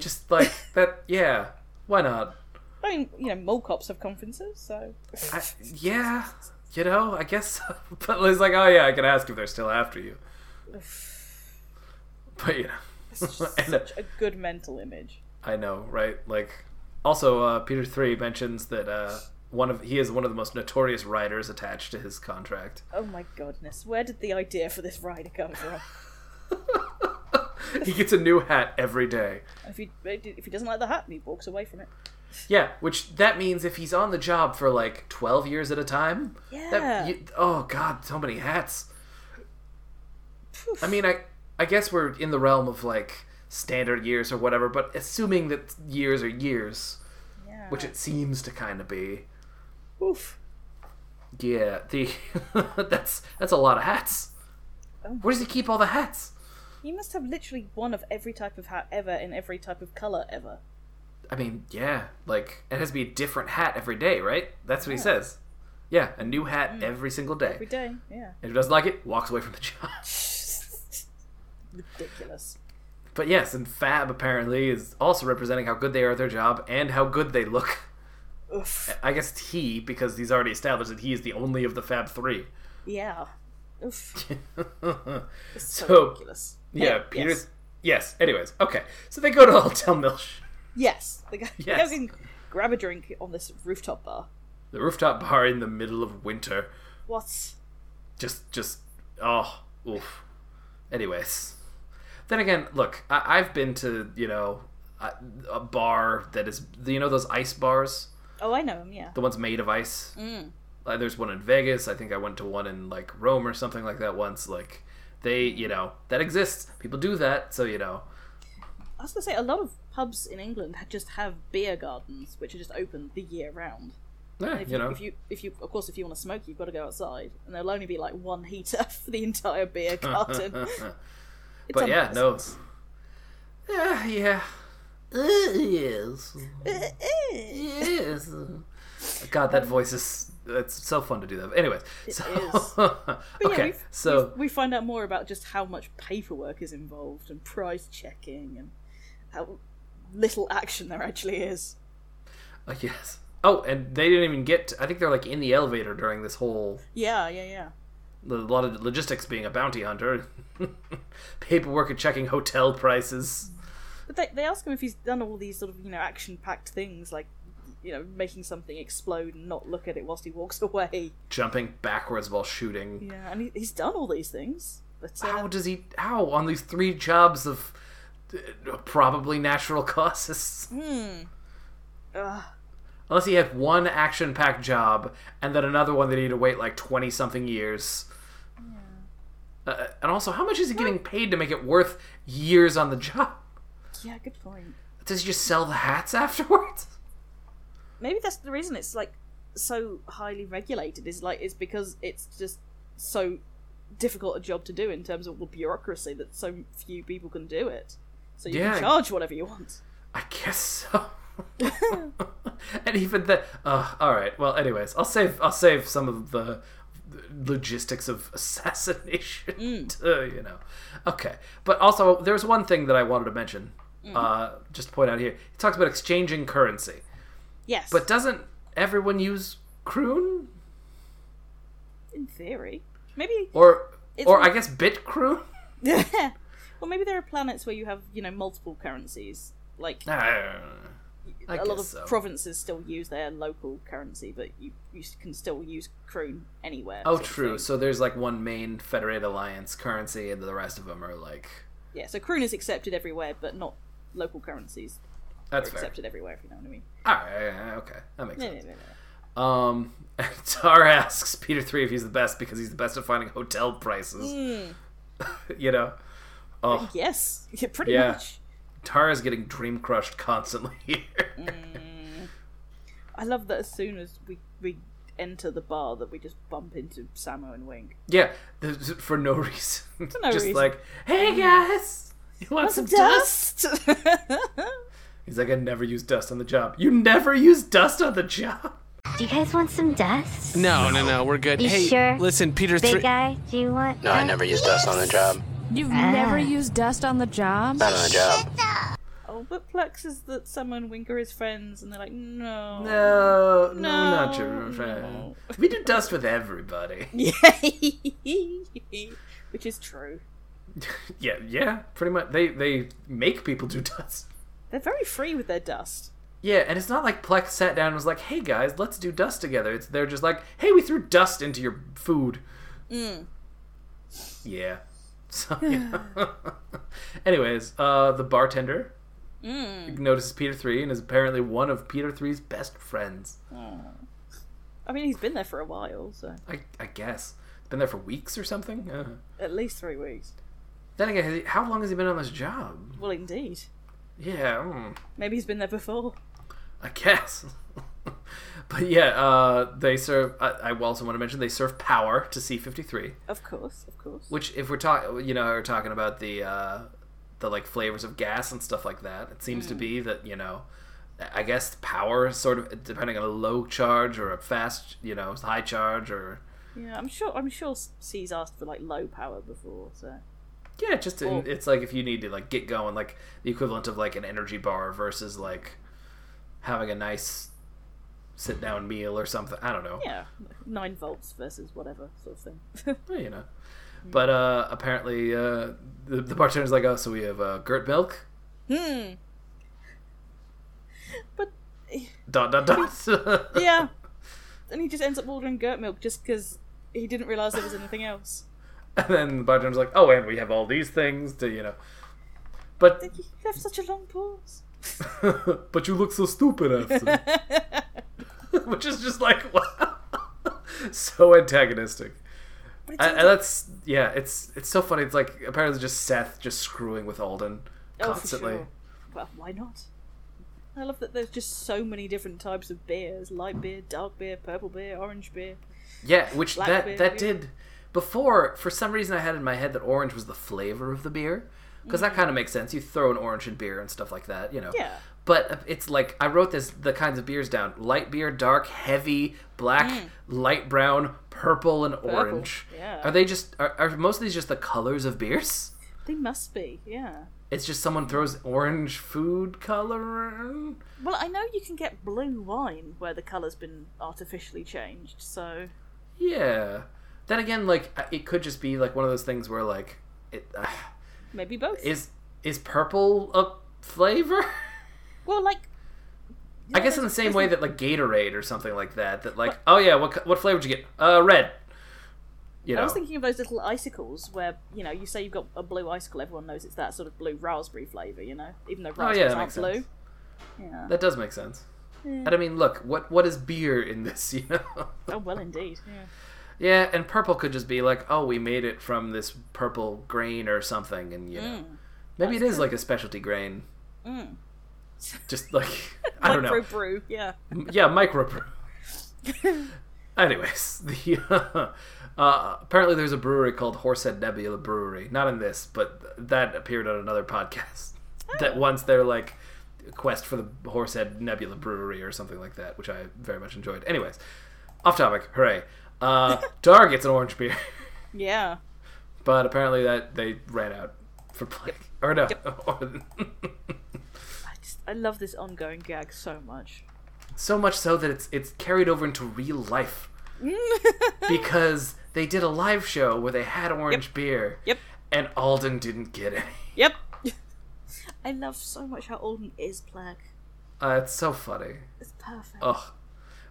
Speaker 3: Just like that. Yeah. Why not?
Speaker 2: I mean, you know, mole cops have conferences, so
Speaker 3: I, yeah. You know, I guess. so. But it's like, oh yeah, I can ask if they're still after you. But you know, and, uh,
Speaker 2: such a good mental image.
Speaker 3: I know, right? Like, also, uh, Peter Three mentions that uh, one of he is one of the most notorious writers attached to his contract.
Speaker 2: Oh my goodness, where did the idea for this rider come from?
Speaker 3: he gets a new hat every day.
Speaker 2: if he if he doesn't like the hat, he walks away from it.
Speaker 3: Yeah, which that means if he's on the job for like twelve years at a time.
Speaker 2: Yeah.
Speaker 3: That, you, oh God, so many hats. I mean, I I guess we're in the realm of like standard years or whatever, but assuming that years are years,
Speaker 2: Yeah.
Speaker 3: which it seems to kind of be.
Speaker 2: Oof.
Speaker 3: Yeah, the that's that's a lot of hats.
Speaker 2: Oh.
Speaker 3: Where does he keep all the hats?
Speaker 2: He must have literally one of every type of hat ever in every type of color ever.
Speaker 3: I mean, yeah, like it has to be a different hat every day, right? That's what he says. Yeah, a new hat every single day.
Speaker 2: Mm. Every day, yeah.
Speaker 3: And who doesn't like it walks away from the job.
Speaker 2: Ridiculous.
Speaker 3: But yes, and Fab apparently is also representing how good they are at their job and how good they look.
Speaker 2: Oof.
Speaker 3: I guess he, because he's already established that he is the only of the Fab Three.
Speaker 2: Yeah. Oof. It's so,
Speaker 3: So-
Speaker 2: ridiculous.
Speaker 3: Yeah,
Speaker 2: Anyway,
Speaker 3: Peter.
Speaker 2: Yes.
Speaker 3: Yes. Anyways, okay. So they go to Hotel Milch,
Speaker 2: Yes, The guy,
Speaker 3: Yes.
Speaker 2: the guy can grab a drink on this rooftop bar.
Speaker 3: the rooftop bar in the middle of winter.
Speaker 2: What?
Speaker 3: Just, just, oh, oof. Anyways, then again, look, I, I've been to you know a, a bar that is you know those ice bars,
Speaker 2: Oh, I know him. Yeah.
Speaker 3: the ones made of ice.
Speaker 2: Mm.
Speaker 3: Like, there's one in Vegas. I think I went to one in like Rome or something like that once. Like they, you know, that exists. People do that, so you know.
Speaker 2: I was gonna say a lot of pubs in England ha- just have beer gardens, which are just open the year round.
Speaker 3: Yeah,
Speaker 2: And if
Speaker 3: you know,
Speaker 2: if you, if you, of course, if you want to smoke, you've got to go outside, and there'll only be like one heater for the entire beer garden. It's
Speaker 3: but yeah, no.
Speaker 2: unpleasant.
Speaker 3: Yeah, yeah. yes. yes. God, that voice is. It's so fun to do that. Anyways, so.
Speaker 2: is. But yeah,
Speaker 3: okay,
Speaker 2: we've-
Speaker 3: so.
Speaker 2: we find out more about just how much paperwork is involved and price checking and how little action there actually is.
Speaker 3: uh, yes. Oh, and they didn't even get. I think they're like in the elevator during this whole.
Speaker 2: Yeah, yeah, yeah.
Speaker 3: A lot of logistics being a bounty hunter, paperwork and checking hotel prices.
Speaker 2: But they, they ask him if he's done all these sort of you know action packed things like you know making something explode and not look at it whilst he walks away.
Speaker 3: jumping backwards while shooting.
Speaker 2: Yeah, and he, he's done all these things. But uh,
Speaker 3: How does he? How on these three jobs of uh, probably natural causes?
Speaker 2: Ugh.
Speaker 3: Unless he had one action-packed job and then another one that he had to wait like twenty something years. Uh, and also, how much is he getting paid to make it worth years on the job?
Speaker 2: yeah, good point.
Speaker 3: Does he just sell the hats afterwards?
Speaker 2: Maybe that's the reason it's like so highly regulated. Is like it's because it's just so difficult a job to do in terms of the bureaucracy that so few people can do it. So you
Speaker 3: Yeah.
Speaker 2: can charge whatever you want.
Speaker 3: I guess so. and even that. Uh, all right. Well, anyways, I'll save. I'll save some of the logistics of assassination. To, you know. Okay. But also, there's one thing that I wanted to mention. Uh, just to point out here, he talks about exchanging currency,
Speaker 2: Yes,
Speaker 3: but doesn't everyone use croon
Speaker 2: in theory, maybe
Speaker 3: or
Speaker 2: It's-
Speaker 3: or I guess bit croon?
Speaker 2: Well, maybe there are planets where you have, you know, multiple currencies. Like
Speaker 3: I
Speaker 2: a
Speaker 3: guess
Speaker 2: lot of
Speaker 3: so.
Speaker 2: provinces still use their local currency, but you, you can still use croon anywhere.
Speaker 3: Oh,
Speaker 2: sort of
Speaker 3: true.
Speaker 2: thing.
Speaker 3: So there's like one main Federated Alliance currency, and the rest of them are like
Speaker 2: Yeah, so croon is accepted everywhere, but not local currencies
Speaker 3: that's
Speaker 2: are
Speaker 3: fair. Ah,
Speaker 2: accepted everywhere. If you know what I mean.
Speaker 3: All right, okay, that makes
Speaker 2: No, no,
Speaker 3: sense.
Speaker 2: no, no.
Speaker 3: Um, Tar asks Peter Three if he's the best because he's the best at finding hotel prices. you know, oh,
Speaker 2: Yes, yeah, pretty
Speaker 3: Yeah.
Speaker 2: much.
Speaker 3: Tar is getting dream crushed constantly here.
Speaker 2: I love that as soon as we we enter the bar, that we just bump into Samo and Wink.
Speaker 3: yeah, th- for no reason. For
Speaker 2: no
Speaker 3: Just
Speaker 2: reason.
Speaker 3: like, hey guys, you want some dust? He's like, I never use dust on the job. You never use dust on the job.
Speaker 7: Do you guys want some dust?
Speaker 9: No, no, no, we're good.
Speaker 7: You
Speaker 9: hey,
Speaker 7: sure?
Speaker 9: listen, Peter.
Speaker 7: Big
Speaker 9: Three.
Speaker 7: guy, do you want?
Speaker 1: No, I never used dust on the job.
Speaker 8: You've never used dust on the job?
Speaker 1: Not on the job.
Speaker 2: oh, but Plex is that Samo and Wink are his friends, and they're like, no,
Speaker 3: No, no,
Speaker 2: No,
Speaker 3: not your friend. We do dust with everybody.
Speaker 2: which is true.
Speaker 3: yeah, yeah, pretty much. They they make people do dust.
Speaker 2: They're very free with their dust.
Speaker 3: Yeah, and it's not like Plex sat down and was like, "Hey guys, let's do dust together." It's they're just like, "Hey, we threw dust into your food." Yeah. So, yeah. anyways, uh, the bartender notices Peter Three and is apparently one of Peter Three's best friends.
Speaker 2: I mean, he's been there for a while, so
Speaker 3: I I guess been there for weeks or something. Uh.
Speaker 2: at least three weeks.
Speaker 3: Then again, has he- how long has he been on this job?
Speaker 2: Well, indeed.
Speaker 3: Yeah. mm.
Speaker 2: Maybe he's been there before.
Speaker 3: I guess. but yeah, uh, they serve. I, I also want to mention they serve power to C fifty three,
Speaker 2: Of course, of course.
Speaker 3: which if we're talking, you know, we're talking about the uh, the like flavors of gas and stuff like that. It seems to be that you know, I guess power is sort of depending on a low charge or a fast, you know, high charge or
Speaker 2: Yeah, I'm sure. I'm sure C's asked for like low power before, so
Speaker 3: yeah, just in,
Speaker 2: Well-
Speaker 3: it's like if you need to like get going, like the equivalent of like an energy bar versus like having a nice sit down meal or something. I don't know.
Speaker 2: Yeah, nine volts versus whatever sort of thing.
Speaker 3: Well, you know. But uh, apparently, uh, the, the bartender's like, "Oh, so we have uh, Gert milk."
Speaker 2: hmm. But eh.
Speaker 3: Dot dot dot.
Speaker 2: yeah, and he just ends up ordering goat milk just because he didn't realize there was anything else.
Speaker 3: And then the bartender's like, "Oh, and we have all these things to you know." But
Speaker 2: Like, You have such a long pause.
Speaker 3: but you look so stupid after. Which is just like wow. so antagonistic. And, and that's yeah, it's it's so funny. It's like apparently just Seth just screwing with Alden
Speaker 2: Oh, for
Speaker 3: constantly.
Speaker 2: sure. Well, why not? I love that there's just so many different types of beers: light beer, dark beer, purple beer, orange beer.
Speaker 3: Yeah, which
Speaker 2: Black
Speaker 3: that
Speaker 2: beer,
Speaker 3: that
Speaker 2: yeah.
Speaker 3: did before for some reason I had in my head that orange was the flavor of the beer because that kind of makes sense. You throw an orange in beer and stuff like that, you know.
Speaker 2: Mm. Yeah.
Speaker 3: But uh, it's like I wrote this the kinds of beers down: light beer, dark, heavy, black, light brown, purple, and orange.
Speaker 2: Mm. yeah.
Speaker 3: Are they just are, are most of these just the colors of beers?
Speaker 2: They must be, yeah.
Speaker 3: It's just someone throws orange food color.
Speaker 2: Well, I know you can get blue wine where the colour's been artificially changed, so
Speaker 3: Yeah. Then again, like it could just be like one of those things where like it.
Speaker 2: maybe both.
Speaker 3: is is purple a flavor?
Speaker 2: well, like
Speaker 3: I guess in the same way that like Gatorade or something like that. That like, oh yeah, what co- what flavor did you get? Uh, red. You
Speaker 2: I
Speaker 3: know,
Speaker 2: was thinking of those little icicles where you know you say you've got a blue icicle, everyone knows it's that sort of blue raspberry flavour, you know, even though
Speaker 3: Oh,
Speaker 2: raspberries
Speaker 3: yeah, that
Speaker 2: aren't
Speaker 3: makes
Speaker 2: blue.
Speaker 3: sense.
Speaker 2: Yeah.
Speaker 3: that does make sense.
Speaker 2: Hmm.
Speaker 3: And I mean, look, what what is beer in this? You know,
Speaker 2: Oh well, indeed. Yeah.
Speaker 3: yeah, and purple could just be like, oh, we made it from this purple grain or something, and you
Speaker 2: Hmm.
Speaker 3: know, maybe it is like a specialty grain. Just like I don't know,
Speaker 2: Micro brew. Yeah.
Speaker 3: yeah, microbrew. Anyways, the uh, uh, apparently there's a brewery called Horsehead Nebula Brewery. Not in this, but th- that appeared on another podcast. That once they're like quest for the Horsehead Nebula Brewery or something like that, which I very much enjoyed. Anyways, off topic. Hooray! Uh, Dar gets an orange beer,
Speaker 2: Yeah.
Speaker 3: but apparently that they ran out for play. Or no, or-
Speaker 2: I just I love this ongoing gag so much.
Speaker 3: so much so that it's it's carried over into real life because they did a live show where they had orange beer
Speaker 2: Yep.
Speaker 3: and alden didn't get any
Speaker 2: Yep. I love so much how Alden is black.
Speaker 3: uh, it's so funny
Speaker 2: It's perfect.
Speaker 3: ugh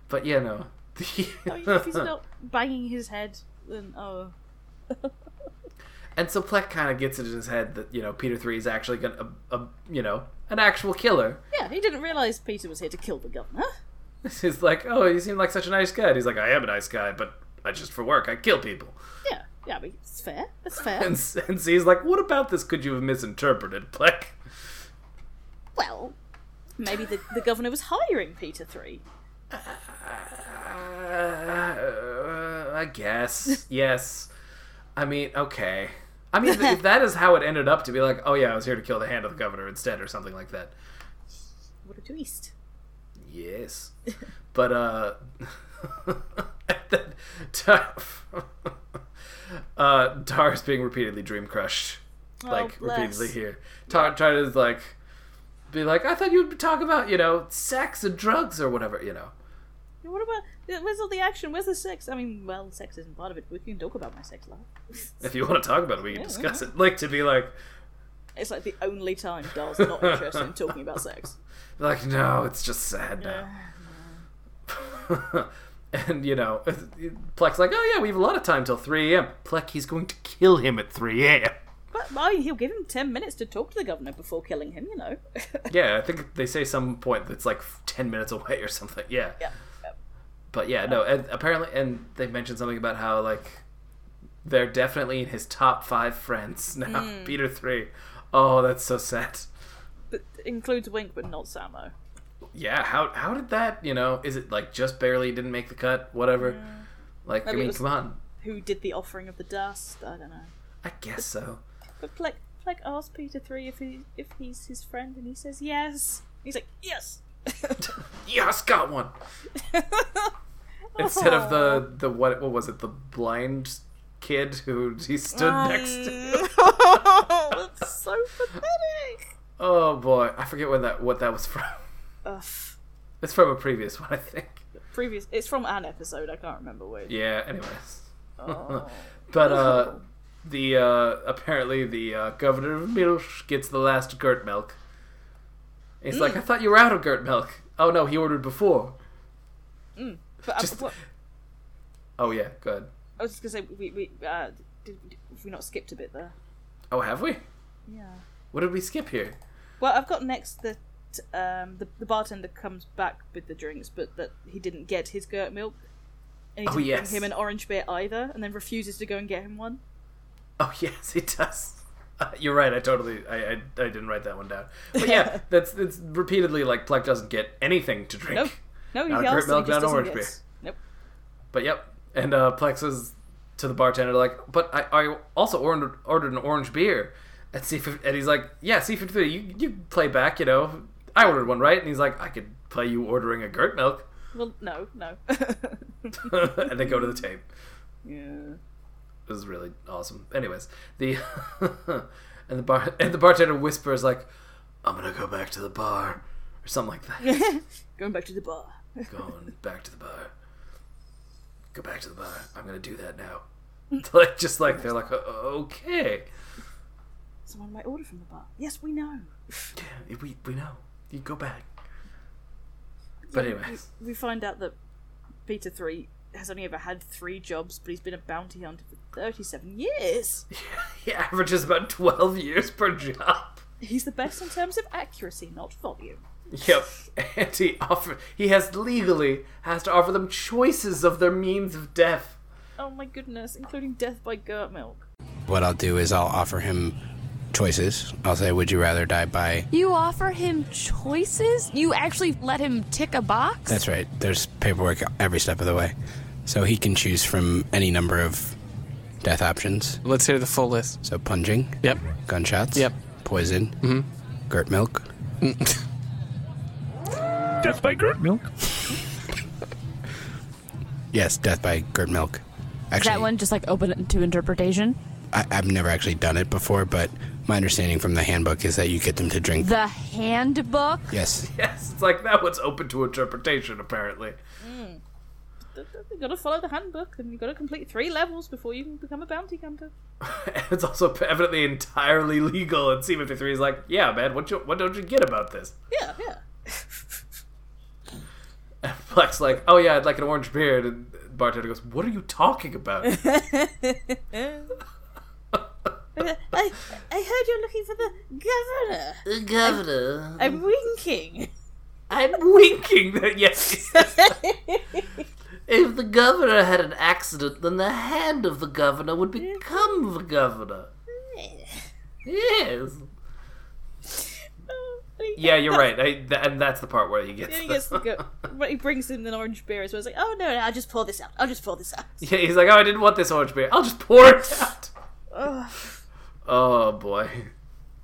Speaker 3: but yeah no
Speaker 2: if Oh, he's not banging his head, then oh.
Speaker 3: and so Plek kind of gets it in his head that you know Peter Three is actually gonna, a, a, you know, an actual killer.
Speaker 2: Yeah, he didn't realise Peter was here to kill the governor.
Speaker 3: He's like, oh, you seem like such a nice guy. And he's like, I am a nice guy, but I just for work, I kill people.
Speaker 2: Yeah, yeah, I mean, it's fair. That's fair.
Speaker 3: And, s- and so he's like, what about this? Could you have misinterpreted, Plek?
Speaker 2: Well, maybe the, the governor was hiring Peter Three.
Speaker 3: Uh, I guess. yes. I mean, okay. I mean, if that is how it ended up to be like, oh yeah, I was here to kill the hand of the governor instead, or something like that.
Speaker 2: What a twist!
Speaker 3: Yes. But, uh. that Dar- uh, Dar is being repeatedly dream crushed. Like,
Speaker 2: Oh, bless.
Speaker 3: repeatedly here. Tar try to, like, be like, I thought you'd talk about, you know, sex and drugs or whatever, you know.
Speaker 2: Yeah, What about yeah, where's all the action? Where's the sex? I mean, well, sex isn't part of it. We can talk about my sex life.
Speaker 3: If you want to talk about it, we can discuss it. Like, to be like,
Speaker 2: It's like the only time Dar's not interested in talking about sex.
Speaker 3: Like, no, it's just sad now. and, you know, Plek's like, oh, yeah, we have a lot of time till 3 a.m. Plek, he's going to kill him at 3 a.m.
Speaker 2: But why he'll give him ten minutes to talk to the governor before killing him. You know.
Speaker 3: Yeah, I think they say some point that's like 10 minutes away or something. Yeah.
Speaker 2: Yeah.
Speaker 3: But yeah, no, and apparently, and they mentioned something about how, like, they're definitely in his top five friends now.
Speaker 2: Hmm.
Speaker 3: Peter 3. Oh, that's so sad.
Speaker 2: But includes Wink, but not Samo.
Speaker 3: Yeah, how how did that, you know, is it like just barely didn't make the cut, whatever? Like,
Speaker 2: Maybe it
Speaker 3: I mean,
Speaker 2: was-
Speaker 3: come on.
Speaker 2: Who did the offering of the dust? I don't know.
Speaker 3: I guess so.
Speaker 2: But Plek Plek asks Peter Three if he if he's his friend, and he says yes. He's like yes.
Speaker 3: Yes, got one. Instead of the the what what was it the blind kid who he stood
Speaker 2: Um,
Speaker 3: next to.
Speaker 2: oh, that's so pathetic.
Speaker 3: Oh boy, I forget when that what that was from.
Speaker 2: Ugh.
Speaker 3: It's from a previous one, I think.
Speaker 2: previous. It's from an episode. I can't remember which.
Speaker 3: Yeah. Anyways,
Speaker 2: Oh.
Speaker 3: but uh, the uh, apparently the uh, governor of Milch gets the last Gert milk. He's like, I thought you were out of Gert milk. Oh no, he ordered before.
Speaker 2: But
Speaker 3: Just-
Speaker 2: uh, what,
Speaker 3: Oh yeah, go ahead.
Speaker 2: I was just gonna say we we uh, did, did we not skipped a bit there?
Speaker 3: Oh, have we?
Speaker 2: Yeah.
Speaker 3: What did we skip here?
Speaker 2: Well, I've got next that um, the, the bartender comes back with the drinks, but that he didn't get his Gert milk. And he
Speaker 3: Oh,
Speaker 2: didn't
Speaker 3: yes.
Speaker 2: bring him an orange beer either, and then refuses to go and get him one.
Speaker 3: Oh yes, it does. Uh, you're right. I totally. I, I I didn't write that one down. But yeah, that's it's repeatedly like Pluck doesn't get anything to drink.
Speaker 2: Nope. No, he
Speaker 3: Not a Gert
Speaker 2: asks and
Speaker 3: milk,
Speaker 2: he just
Speaker 3: not an
Speaker 2: doesn't
Speaker 3: orange
Speaker 2: get it. Nope.
Speaker 3: But yep. And uh, Plex is to the bartender like, but I, I also ordered ordered an orange beer at C and he's like, yeah, C fifty three. You you play back, you know. I ordered one, right? And he's like, I could play you ordering a Gert milk.
Speaker 2: Well, no, no.
Speaker 3: and they go to the tape.
Speaker 2: yeah.
Speaker 3: It was really awesome. Anyways, the and the bar and the bartender whispers like, "I'm gonna go back to the bar," or something like that.
Speaker 2: Going back to the bar.
Speaker 3: Going back to the bar. Go back to the bar. I'm gonna do that now. Like just like they're like, "O- okay,
Speaker 2: Someone might order from the bar. Yes, we know.
Speaker 3: yeah, we we know you go back. But anyways,
Speaker 2: We find out that Peter Three has only ever had three jobs, but he's been a bounty hunter for thirty-seven years.
Speaker 3: he averages about twelve years per job.
Speaker 2: He's the best in terms of accuracy, not volume.
Speaker 3: Yep. And he offer he has legally has to offer them choices of their means of death.
Speaker 2: Oh my goodness, including death by goat milk.
Speaker 9: What I'll do is I'll offer him choices. I'll say, would you rather die by.
Speaker 8: You offer him choices? You actually let him tick a box?
Speaker 9: That's right, there's paperwork every step of the way. So he can choose from any number of death options.
Speaker 1: Let's hear the full list.
Speaker 9: So punching.
Speaker 1: Yep.
Speaker 9: Gunshots.
Speaker 1: Yep.
Speaker 9: Poison. Mm-hmm. Gert milk.
Speaker 5: Death by Gert Milk?
Speaker 9: Yes, death by Gert milk.
Speaker 8: Is
Speaker 9: Actually,
Speaker 8: that one just like open to interpretation?
Speaker 9: I, I've never actually done it before, but my understanding from the handbook is that you get them to drink.
Speaker 8: The handbook?
Speaker 9: yes.
Speaker 3: Yes, it's like that one's open to interpretation, apparently.
Speaker 2: You gotta follow the handbook, and you gotta complete three levels before you can become a bounty hunter.
Speaker 3: It's also evidently entirely legal, and C53 is like, yeah, man, what, you, what don't you get about this?
Speaker 2: Yeah, yeah.
Speaker 3: And Fleck's like, oh, yeah, I'd like an orange beer. And the bartender goes, what are you talking about?
Speaker 2: Uh, I, I heard you're looking for the governor.
Speaker 3: Governor.
Speaker 2: I'm winking.
Speaker 3: I'm winking that, yes. he says. if the governor had an accident, then the hand of the governor would become the governor. Yes. Oh Yeah, you're right. I, th- and that's the part where he gets
Speaker 2: Then he
Speaker 3: the-
Speaker 2: gets the go- but he brings him an orange beer as well. He's like, oh no, no, I'll just pour this out. I'll just pour this out.
Speaker 3: Yeah, he's like, oh, I didn't want this orange beer. I'll just pour it out.
Speaker 2: Ugh.
Speaker 3: oh boy.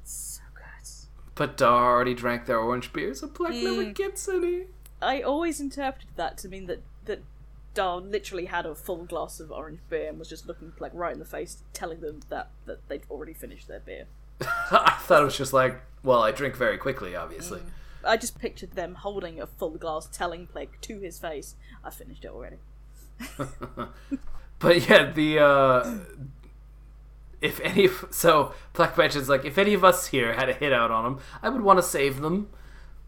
Speaker 2: So good. Mm.
Speaker 3: But Dar already drank their orange beer, so Black never gets any.
Speaker 2: I always interpreted that to mean that that Dahl literally had a full glass of orange beer and was just looking like right in the face, telling them that that they'd already finished their beer.
Speaker 3: I thought it was just like, well, I drink very quickly, obviously.
Speaker 2: Mm. I just pictured them holding a full glass, telling Plague to his face, "I finished it already."
Speaker 3: But yeah, the uh if any of- so Black mentions like if any of us here had a hit out on him, I would want to save them.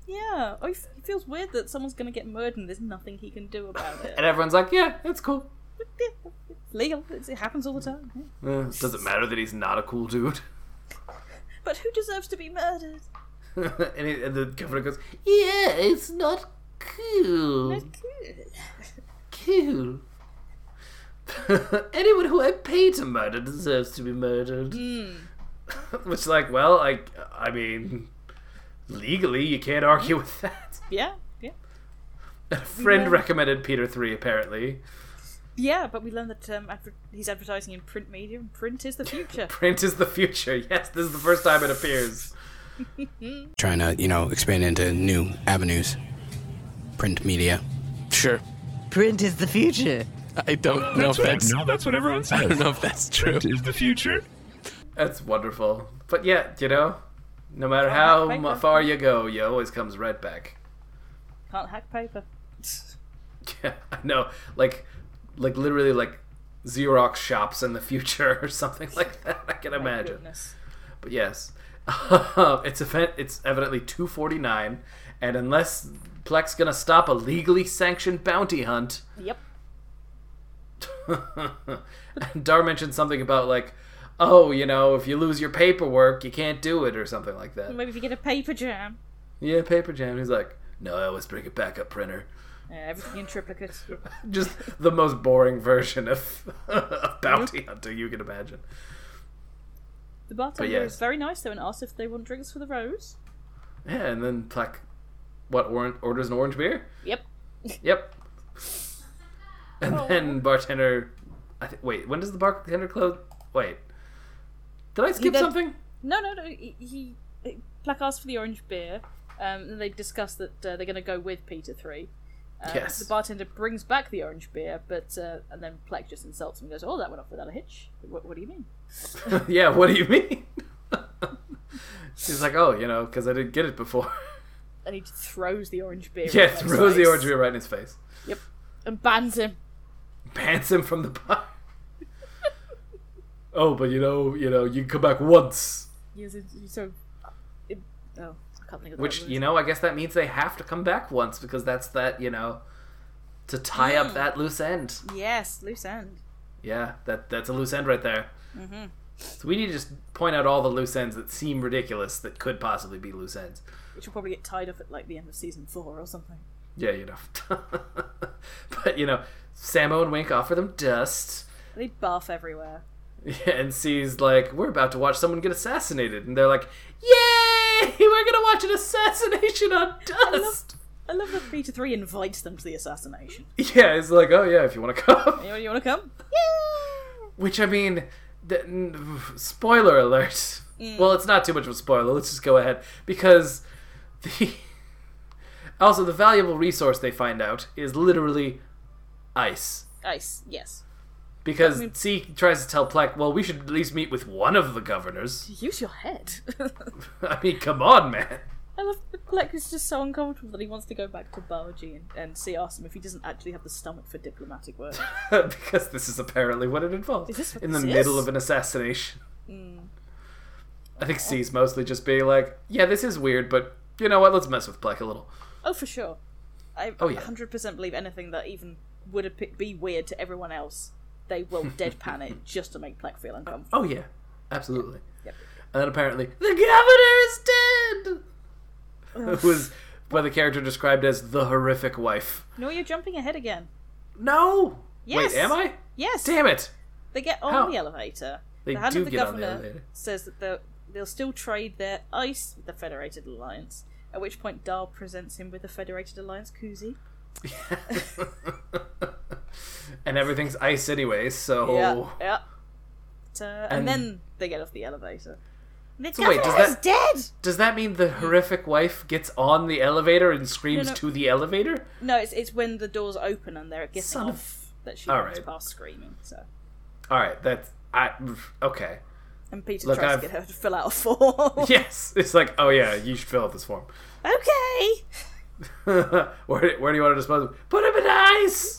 Speaker 2: Yeah, oh, he f- he feels weird that someone's gonna get murdered and there's nothing he can do about it.
Speaker 3: And everyone's like, yeah, that's cool.
Speaker 2: Yeah, it's legal, it's, it happens all the time. yeah.
Speaker 3: Uh, doesn't matter that he's not a cool dude.
Speaker 2: But who deserves to be murdered?
Speaker 3: and, he, and the governor goes, yeah, it's not cool. cool. Anyone who I pay to murder deserves to be murdered. Which, like, well, I, I mean, legally, you can't argue with that.
Speaker 2: Yeah, yeah.
Speaker 3: A friend recommended Peter Three, apparently.
Speaker 2: Yeah, but we learned that um, adver- he's advertising in print media, and print is the future.
Speaker 3: Print is the future. Yes, this is the first time it appears.
Speaker 9: Trying to, you know, expand into new avenues. Print media.
Speaker 1: Sure.
Speaker 6: Print is the future.
Speaker 1: I don't know if
Speaker 5: what-
Speaker 1: that's.
Speaker 5: no, that's what everyone says.
Speaker 1: I don't know if that's true.
Speaker 5: Print is the future.
Speaker 3: That's wonderful. But yeah, you know, no matter how
Speaker 2: right,
Speaker 3: mu-
Speaker 2: right.
Speaker 3: far you go, you always comes right back.
Speaker 2: Can't hack paper.
Speaker 3: Yeah, I know. Like, like literally like Xerox shops in the future or something like that. I can imagine.
Speaker 2: Goodness.
Speaker 3: But yes, it's event. It's evidently two forty nine, and unless Plex gonna stop a legally sanctioned bounty hunt,
Speaker 2: Yep.
Speaker 3: and Dar mentioned something about like, oh, you know, if you lose your paperwork, you can't do it or something like that.
Speaker 2: Maybe if you get a paper jam.
Speaker 3: Yeah, paper jam. He's like, no, I always bring a backup printer.
Speaker 2: Yeah, everything in triplicate.
Speaker 3: Just the most boring version of of bounty hunter you can imagine.
Speaker 2: The bartender
Speaker 3: yes.
Speaker 2: is very nice though and asks if they want drinks for the rose.
Speaker 3: Yeah, and then Plex, what orange orders an orange beer?
Speaker 2: Yep.
Speaker 3: Yep. And then bartender, I th- wait. When does the bartender close? Wait, did I skip
Speaker 2: did-
Speaker 3: something?
Speaker 2: No, no, no. He, he Plack asks for the orange beer. Um, and they discuss that uh, they're going to go with Peter Three. Um,
Speaker 3: Yes.
Speaker 2: The bartender brings back the orange beer, but uh, and then Plack just insults him and goes, "Oh, that went off without a hitch. What, what do you mean?"
Speaker 3: yeah. What do you mean? She's like, oh, you know, because I didn't get it before.
Speaker 2: And he just throws the orange beer.
Speaker 3: yeah,
Speaker 2: in Plack's
Speaker 3: throws the
Speaker 2: face
Speaker 3: orange beer right in his face,
Speaker 2: and bans him.
Speaker 3: bans him from the bar. oh, but you know, you know, you can come back once.
Speaker 2: He's, he's so. It, oh, I can't think of the
Speaker 3: Which you know, I guess that means they have to come back once because that's that you know, to tie up
Speaker 2: Mm.
Speaker 3: that loose end.
Speaker 2: Yes, loose end.
Speaker 3: Yeah, that that's a loose end right there.
Speaker 2: Mm-hmm.
Speaker 3: So we need to just point out all the loose ends that seem ridiculous that could possibly be loose ends.
Speaker 2: Which will probably get tied up at like the end of season four or something.
Speaker 3: Yeah, you know. but you know, Samo and Wink offer them dust
Speaker 2: They barf everywhere.
Speaker 3: and sees like we're about to watch someone get assassinated, and they're like, "Yay! We're gonna watch an assassination on dust."
Speaker 2: I love that Peter Three invites them to the assassination.
Speaker 3: Yeah, it's like, oh yeah, if you want to come.
Speaker 2: You, you want to come?
Speaker 3: Which I mean, the, n- spoiler alert.
Speaker 2: Mm.
Speaker 3: Well, it's not too much of a spoiler. Let's just go ahead because the also the valuable resource they find out is literally ice.
Speaker 2: Ice. Yes.
Speaker 3: Because C tries to tell Plek, well, we should at least meet with one of the governors.
Speaker 2: Use your head.
Speaker 3: I mean, come on, man.
Speaker 2: I love that Plek is just so uncomfortable that he wants to go back to Bargy and, and see ask him if he doesn't actually have the stomach for diplomatic work.
Speaker 3: because this is apparently what it involves.
Speaker 2: Is this what
Speaker 3: in the
Speaker 2: this is?
Speaker 3: middle
Speaker 2: Mm.
Speaker 3: of an assassination. I think C's mostly just being like, yeah, this is weird, but you know what? Let's mess with Plek a little.
Speaker 2: oh, for sure. I
Speaker 3: Oh, yeah.
Speaker 2: 100% believe anything that even would ap- be weird to everyone else, they will deadpan it just to make Plek feel uncomfortable.
Speaker 3: Oh yeah, absolutely.
Speaker 2: Yep.
Speaker 3: And then apparently the governor is dead. Who was by the character described as the horrific wife.
Speaker 2: No, you're jumping ahead again.
Speaker 3: No.
Speaker 2: Yes.
Speaker 3: Wait, am I?
Speaker 2: Yes.
Speaker 3: Damn it.
Speaker 2: They get on
Speaker 3: How?
Speaker 2: the elevator.
Speaker 3: They
Speaker 2: the hand
Speaker 3: do
Speaker 2: of the
Speaker 3: get on the
Speaker 2: governor
Speaker 3: elevator.
Speaker 2: says that they'll, they'll still trade their ice with the Federated Alliance. At which point, Dahl presents him with the Federated Alliance koozie.
Speaker 3: and everything's ice anyway, so
Speaker 2: Yeah, yeah. But, uh, and,
Speaker 3: Oh. And-
Speaker 2: then they get off the elevator. The
Speaker 3: So wait, does
Speaker 2: governor's
Speaker 3: that-
Speaker 2: dead.
Speaker 3: does that mean the horrific wife gets on the elevator and screams
Speaker 2: No, no.
Speaker 3: to the elevator?
Speaker 2: No, it's it's when the doors open and they're getting
Speaker 3: Son of-
Speaker 2: off that she
Speaker 3: All
Speaker 2: runs
Speaker 3: right.
Speaker 2: past screaming. So,
Speaker 3: All right, that's I okay.
Speaker 2: and Peter
Speaker 3: Look,
Speaker 2: tries
Speaker 3: I've-
Speaker 2: to get her to fill out a form.
Speaker 3: Yes, it's like oh yeah, you should fill out this form.
Speaker 2: okay.
Speaker 3: where, where do you want to dispose of? Put him in ice.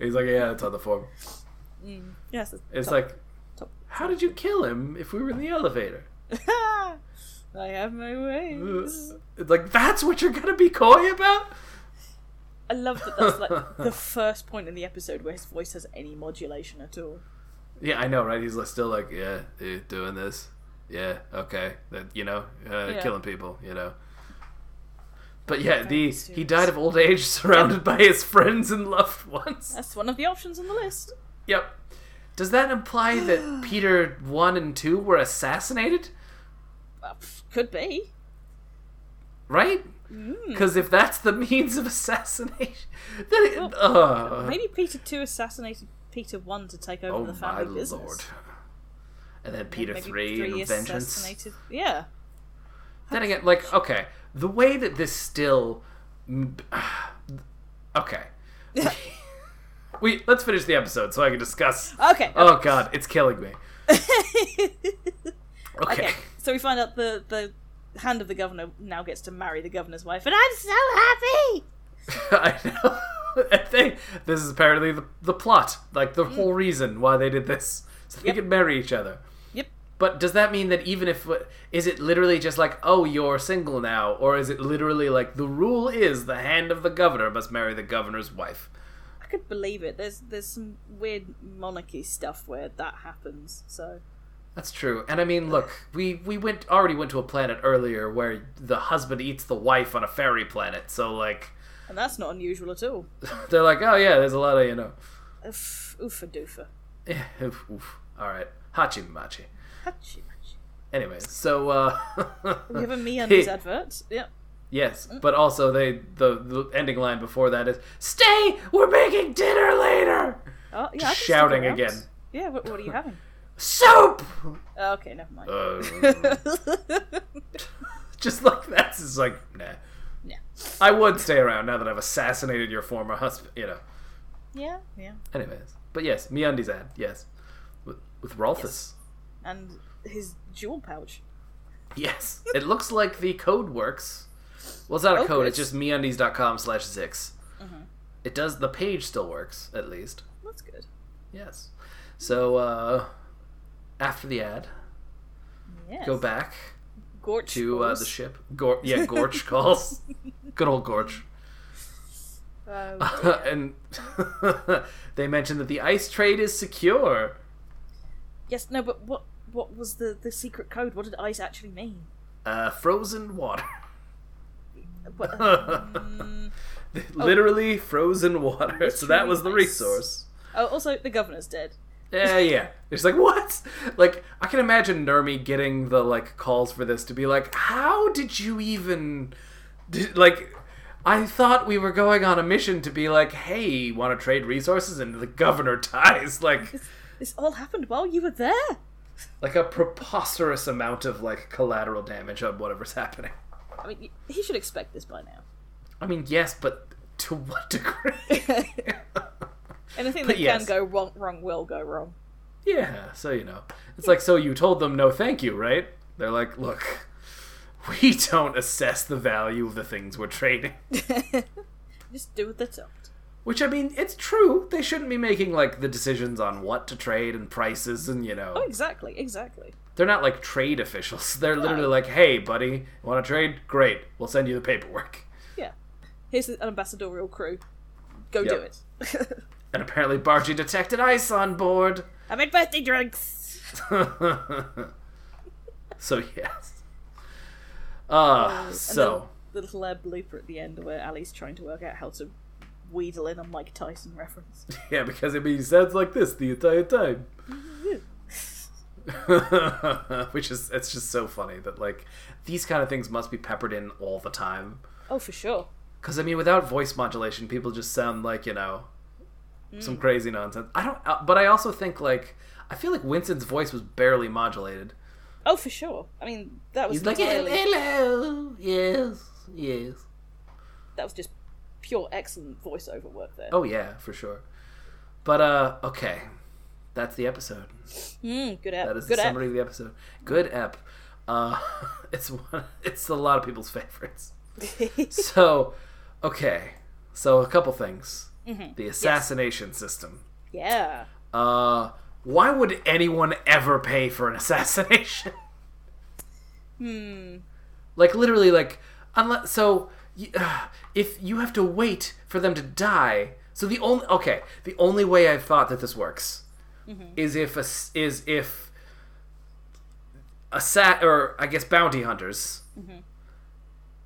Speaker 3: He's like, yeah, it's on the form.
Speaker 2: Yes. it's-
Speaker 3: It's like, how did you kill him if we were in the elevator?
Speaker 2: I have my way.
Speaker 3: It's like, that's what you're gonna be coy about?
Speaker 2: I love that that's like the first point in the episode where his voice has any modulation at all.
Speaker 3: Yeah, I know, right? He's like, still like, yeah, eh, doing this. Yeah, okay, that you know, uh,
Speaker 2: Yeah.
Speaker 3: killing people, you know. But yeah, the
Speaker 2: mysterious.
Speaker 3: he died of old age, surrounded by his friends and loved ones.
Speaker 2: That's one of the options on the list.
Speaker 3: Yep. Does that imply that Peter one and two were assassinated?
Speaker 2: Uh, pff, could be.
Speaker 3: right?
Speaker 2: Mm.
Speaker 3: Because if that's the means of assassination, then it, uh,
Speaker 2: Maybe Peter Two assassinated Peter One to take over
Speaker 3: oh
Speaker 2: the
Speaker 3: my
Speaker 2: family business.
Speaker 3: lord! And then Peter
Speaker 2: Maybe
Speaker 3: three, and vengeance.
Speaker 2: assassinated. Yeah.
Speaker 3: Then again, like okay, the way that this still, m- okay, we let's finish the episode so I can discuss.
Speaker 2: Okay.
Speaker 3: Oh god, it's killing me.
Speaker 2: Okay.
Speaker 3: Okay.
Speaker 2: So we find out the the hand of the governor now gets to marry the governor's wife, and I'm so happy.
Speaker 3: I know. I think this is apparently the, the plot, like the whole reason why they did this, so they could marry each other.
Speaker 2: Yep.
Speaker 3: But does that mean that even if is it literally just like oh you're single now, or is it literally like the rule is the hand of the governor must marry the governor's wife?
Speaker 2: I could believe it. There's there's some weird monarchy stuff where that happens. So
Speaker 3: That's true. And I mean, look, we we went already went to a planet earlier where the husband eats the wife on a fairy planet. So like
Speaker 2: and that's not unusual at all.
Speaker 3: they're like oh yeah, there's a lot of you know.
Speaker 2: Oof, oofa doofa.
Speaker 3: Yeah, oof, oof. All right, hachi machi.
Speaker 2: Hachi machi.
Speaker 3: Anyway, so uh
Speaker 2: We have a me on these adverts. Yep.
Speaker 3: Yes, but also they the, the ending line before that is "Stay, we're making dinner later."
Speaker 2: Oh, yeah. I can stick
Speaker 3: Shouting
Speaker 2: around.
Speaker 3: again.
Speaker 2: Yeah. What, what are you having?
Speaker 3: Soup.
Speaker 2: Oh, okay. Never mind.
Speaker 3: Uh, Um. just like that's just like nah.
Speaker 2: Yeah.
Speaker 3: I would stay around now that I've assassinated your former husband. You know.
Speaker 2: yeah. Yeah.
Speaker 3: Anyways, but yes, MeUndies ad. Yes, with, with Rolfus.
Speaker 2: And his jewel pouch.
Speaker 3: Yes. it looks like the code works. Well, it's not a
Speaker 2: Oh,
Speaker 3: code. It's
Speaker 2: it's-
Speaker 3: just meundies.com slash 6 It does. The page still works at least.
Speaker 2: That's good.
Speaker 3: Yes. So uh, after the ad,
Speaker 2: Yeah.
Speaker 3: go back
Speaker 2: Gorch
Speaker 3: to uh,
Speaker 2: balls.
Speaker 3: the ship. Gor- yeah, Gorch calls. Good old Gorch.
Speaker 2: Um,
Speaker 3: and they mention that the ice trade is secure.
Speaker 2: yes. No. But what? What was the the secret code? What did ice actually mean?
Speaker 3: Uh, frozen water.
Speaker 2: What, Mm. Oh.
Speaker 3: Literally frozen water. So
Speaker 2: Literally
Speaker 3: that was the
Speaker 2: ice.
Speaker 3: resource.
Speaker 2: oh, also the governor's dead.
Speaker 3: Yeah, yeah. It's like what? Like I can imagine Nermi getting the like calls for this to be like, how did you even? Did, like, I thought we were going on a mission to be like, hey, want to trade resources, and the governor dies. Like,
Speaker 2: This all happened while you were there.
Speaker 3: like a preposterous amount of like collateral damage on whatever's happening.
Speaker 2: I mean, y- he should expect this by now.
Speaker 3: I mean, yes, but to what degree?
Speaker 2: Anything that
Speaker 3: But yes.
Speaker 2: can go wrong, wrong will go wrong.
Speaker 3: Yeah, so you know. It's like, so you told them no thank you, right? They're like, look, we don't assess the value of the things we're trading.
Speaker 2: Just do what they're told.
Speaker 3: Which, I mean, it's true. They shouldn't be making, like, the decisions on what to trade and prices and, you
Speaker 2: Oh,
Speaker 3: know.
Speaker 2: exactly, exactly.
Speaker 3: They're not, like, trade officials. They're literally like, hey, buddy, want to trade? Great. We'll send you the paperwork.
Speaker 2: Yeah. Here's an ambassadorial crew. Go do
Speaker 3: Yep.
Speaker 2: it.
Speaker 3: And apparently, Bargy detected ice on board.
Speaker 2: I made birthday drinks.
Speaker 3: so, yes. Uh, so.
Speaker 2: The little uh, blooper at the end where Ali's trying to work out how to wheedle in a Mike Tyson reference.
Speaker 3: Yeah, because it means sounds like this the entire time. Which is it's just so funny that like these kind of things must be peppered in all the time.
Speaker 2: oh, for sure.
Speaker 3: Because I mean, without voice modulation, people just sound like you know some crazy nonsense. I don't, uh, but I also think like I feel like Winston's voice was barely modulated.
Speaker 2: Oh, for sure. I mean, that was
Speaker 3: He's like,
Speaker 2: entirely-
Speaker 3: "Hello, yes, yes."
Speaker 2: that was just pure excellent voiceover work there.
Speaker 3: Oh yeah, for sure. But uh, okay, that's the episode.
Speaker 2: Mm, good app.
Speaker 3: That is
Speaker 2: good
Speaker 3: the
Speaker 2: app.
Speaker 3: summary of the episode. Good ep. Uh, it's one. It's a lot of people's favorites. so, okay. So a couple things. The assassination system.
Speaker 2: Yeah.
Speaker 3: Uh, why would anyone ever pay for an assassination? Like literally, like unless so, y- uh, if you have to wait for them to die. So the only okay, the only way I've thought that this works is if a s is if a sat or I guess bounty hunters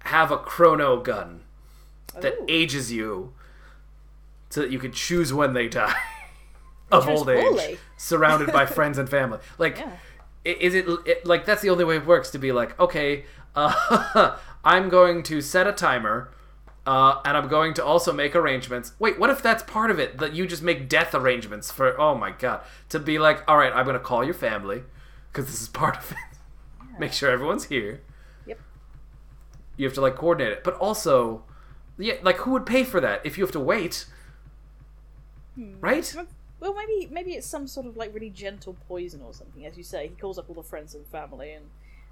Speaker 3: have a chrono gun that
Speaker 2: Ooh.
Speaker 3: ages you, so that you can choose when they die of
Speaker 2: chose
Speaker 3: old age,
Speaker 2: poorly.
Speaker 3: surrounded by friends and family. Like, i is it, it like that's the only way it works to be like, okay, uh, I'm going to set a timer. Uh, and I'm going to also make arrangements. Wait, what if that's part of it? That you just make death arrangements for? Oh my god! To be like, all right, I'm going to call your family because this is part of it. Make sure everyone's here.
Speaker 2: Yep.
Speaker 3: You have to like coordinate it, but also, yeah, like who would pay for that if you have to wait?
Speaker 2: Hmm,
Speaker 3: Right?
Speaker 2: Well, maybe maybe it's some sort of like really gentle poison or something, as you say. He calls up all the friends and family, and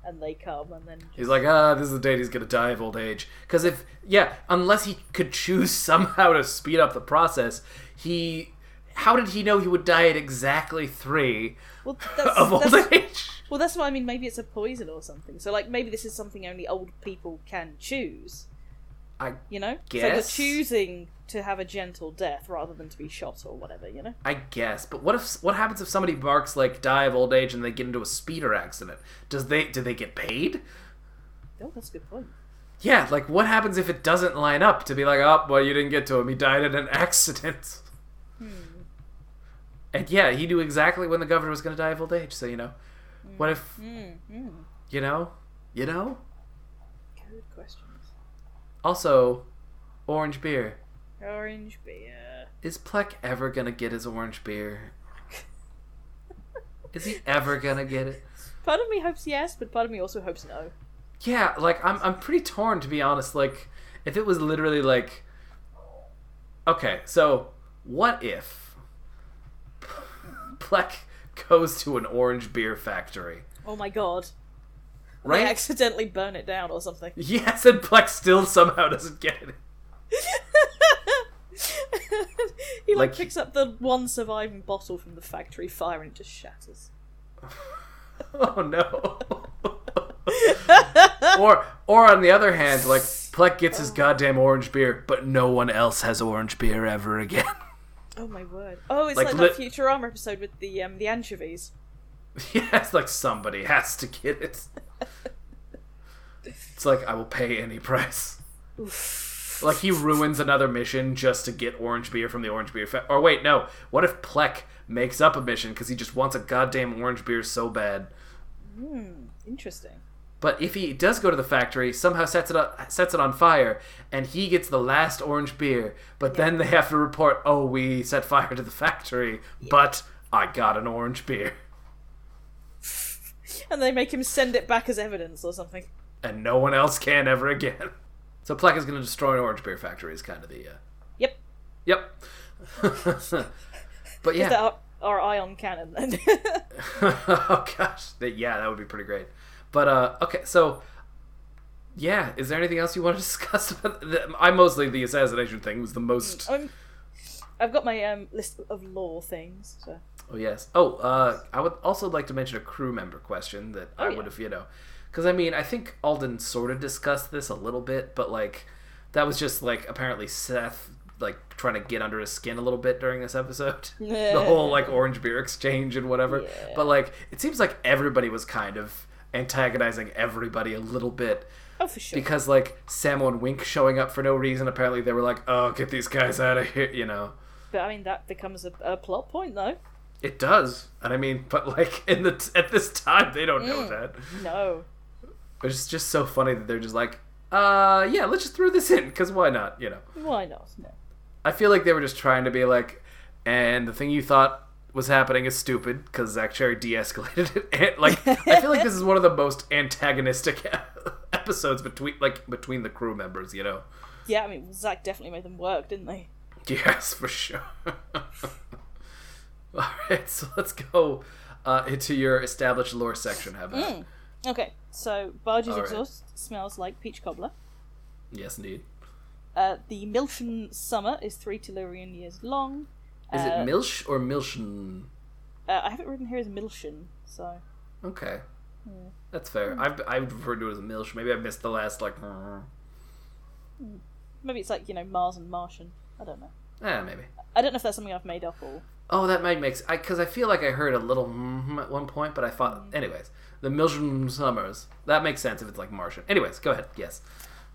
Speaker 2: and they come, and then
Speaker 3: He's like, ah, this is the date he's gonna die of old age. Because if, yeah, unless he could choose somehow to speed up the process, he, how did he know he would die at exactly three
Speaker 2: well, that's,
Speaker 3: of old
Speaker 2: that's,
Speaker 3: age?
Speaker 2: well, that's what I mean. Maybe it's a poison or something. So like maybe this is something only old people can choose.
Speaker 3: I
Speaker 2: You know, so you're
Speaker 3: Guess.
Speaker 2: choosing to have a gentle death rather than to be shot or whatever. You know,
Speaker 3: I guess, but what if what happens if somebody barks like die of old age and they get into a speeder accident? Does they do they get paid?
Speaker 2: oh, that's a good point.
Speaker 3: Yeah, like what happens if it doesn't line up to be like, oh, well, you didn't get to him. He died in an accident. And yeah, he knew exactly when the governor was going to die of old age. So you know, what if, you know, you know?
Speaker 2: Good questions.
Speaker 3: Also, orange beer.
Speaker 2: Orange beer.
Speaker 3: Is Plek ever gonna get his orange beer? Is he ever gonna get it?
Speaker 2: Part of me hopes yes, but part of me also hopes no.
Speaker 3: Yeah, like I'm I'm pretty torn to be honest. Like if it was literally like Okay, so what if Plek goes to an orange beer factory?
Speaker 2: Oh my god. They
Speaker 3: Right?
Speaker 2: accidentally burn it down or something.
Speaker 3: Yes, and Plek still somehow doesn't get it.
Speaker 2: he like,
Speaker 3: Like-
Speaker 2: picks up the one surviving bottle from the factory fire and it just shatters.
Speaker 3: Oh no. or or on the other hand, like Plek gets his goddamn orange beer, but no one else has orange beer ever again.
Speaker 2: Oh my word. Oh, it's like,
Speaker 3: Like,
Speaker 2: that
Speaker 3: lit-
Speaker 2: Futurama episode with the um, the anchovies.
Speaker 3: Yes, like somebody has to get it. It's like I will pay any price. Like he ruins another mission just to get orange beer from the orange beer. Fa- or wait, no. What if Plek makes up a mission because he just wants a goddamn orange beer so bad?
Speaker 2: Interesting.
Speaker 3: But if he does go to the factory, somehow sets it up, sets it on fire, and he gets the last orange beer. But then they have to report, "Oh, we set fire to the factory, but I got an orange beer."
Speaker 2: And they make him send it back as evidence or something.
Speaker 3: and no one else can ever again. So Plek is going to destroy an orange beer factory. Is kind of the uh,
Speaker 2: Yep.
Speaker 3: yep. but
Speaker 2: Is that
Speaker 3: yeah,
Speaker 2: our, our eye on cannon then?
Speaker 3: oh gosh, that, yeah, that would be pretty great. But uh, okay, so yeah, is there anything else you want to discuss? About the, I mostly the assassination thing was the most.
Speaker 2: I'm, I've got my um, list of law things. So.
Speaker 3: Oh yes. Oh, uh, I would also like to mention a crew member question that I
Speaker 2: yeah.
Speaker 3: would have, you know, because I mean, I think Alden sort of discussed this a little bit, but like, that was just like apparently Seth like trying to get under his skin a little bit during this episode. the whole like orange beer exchange and whatever. But like, it seems like everybody was kind of antagonizing everybody a little bit
Speaker 2: Oh, for sure.
Speaker 3: because like Samo and Wink showing up for no reason. Apparently, they were like, "Oh, get these guys out of here," you know.
Speaker 2: But I mean, that becomes a, a plot point though.
Speaker 3: It does, and I mean, but like in the at this time, they don't know that.
Speaker 2: No.
Speaker 3: Which is just so funny that they're just like, uh, yeah, let's just throw this in because why not? You know,
Speaker 2: Why not? No.
Speaker 3: I feel like they were just trying to be like, and the thing you thought was happening is stupid because Zach Cherry de-escalated it. And, like, I feel like this is one of the most antagonistic episodes between like between the crew members. You know,
Speaker 2: Yeah, I mean, Zach definitely made them work, didn't they?
Speaker 3: yes, for sure. All right, so let's go uh, into your established lore section. Have that.
Speaker 2: Okay, so Barge's
Speaker 3: All right.
Speaker 2: exhaust smells like peach cobbler.
Speaker 3: Yes, indeed.
Speaker 2: Uh, the Milton summer is three Tellurian years long.
Speaker 3: Is
Speaker 2: Uh,
Speaker 3: it Milch or Milchen?
Speaker 2: Uh, I have it written here as Milton, so
Speaker 3: Okay.
Speaker 2: Hmm.
Speaker 3: That's fair. I've, I've referred to it as Milch. Maybe I missed the last, like, eh,
Speaker 2: maybe it's like you know Mars and Martian. I don't know.
Speaker 3: maybe.
Speaker 2: I don't know if that's something I've made up or.
Speaker 3: Oh, that might make sense. Because I, feel like I heard a little mm at one point, but I thought,
Speaker 2: Hmm.
Speaker 3: anyways, the Milchum Summers. That makes sense if it's like Martian. Anyways, go ahead. Yes.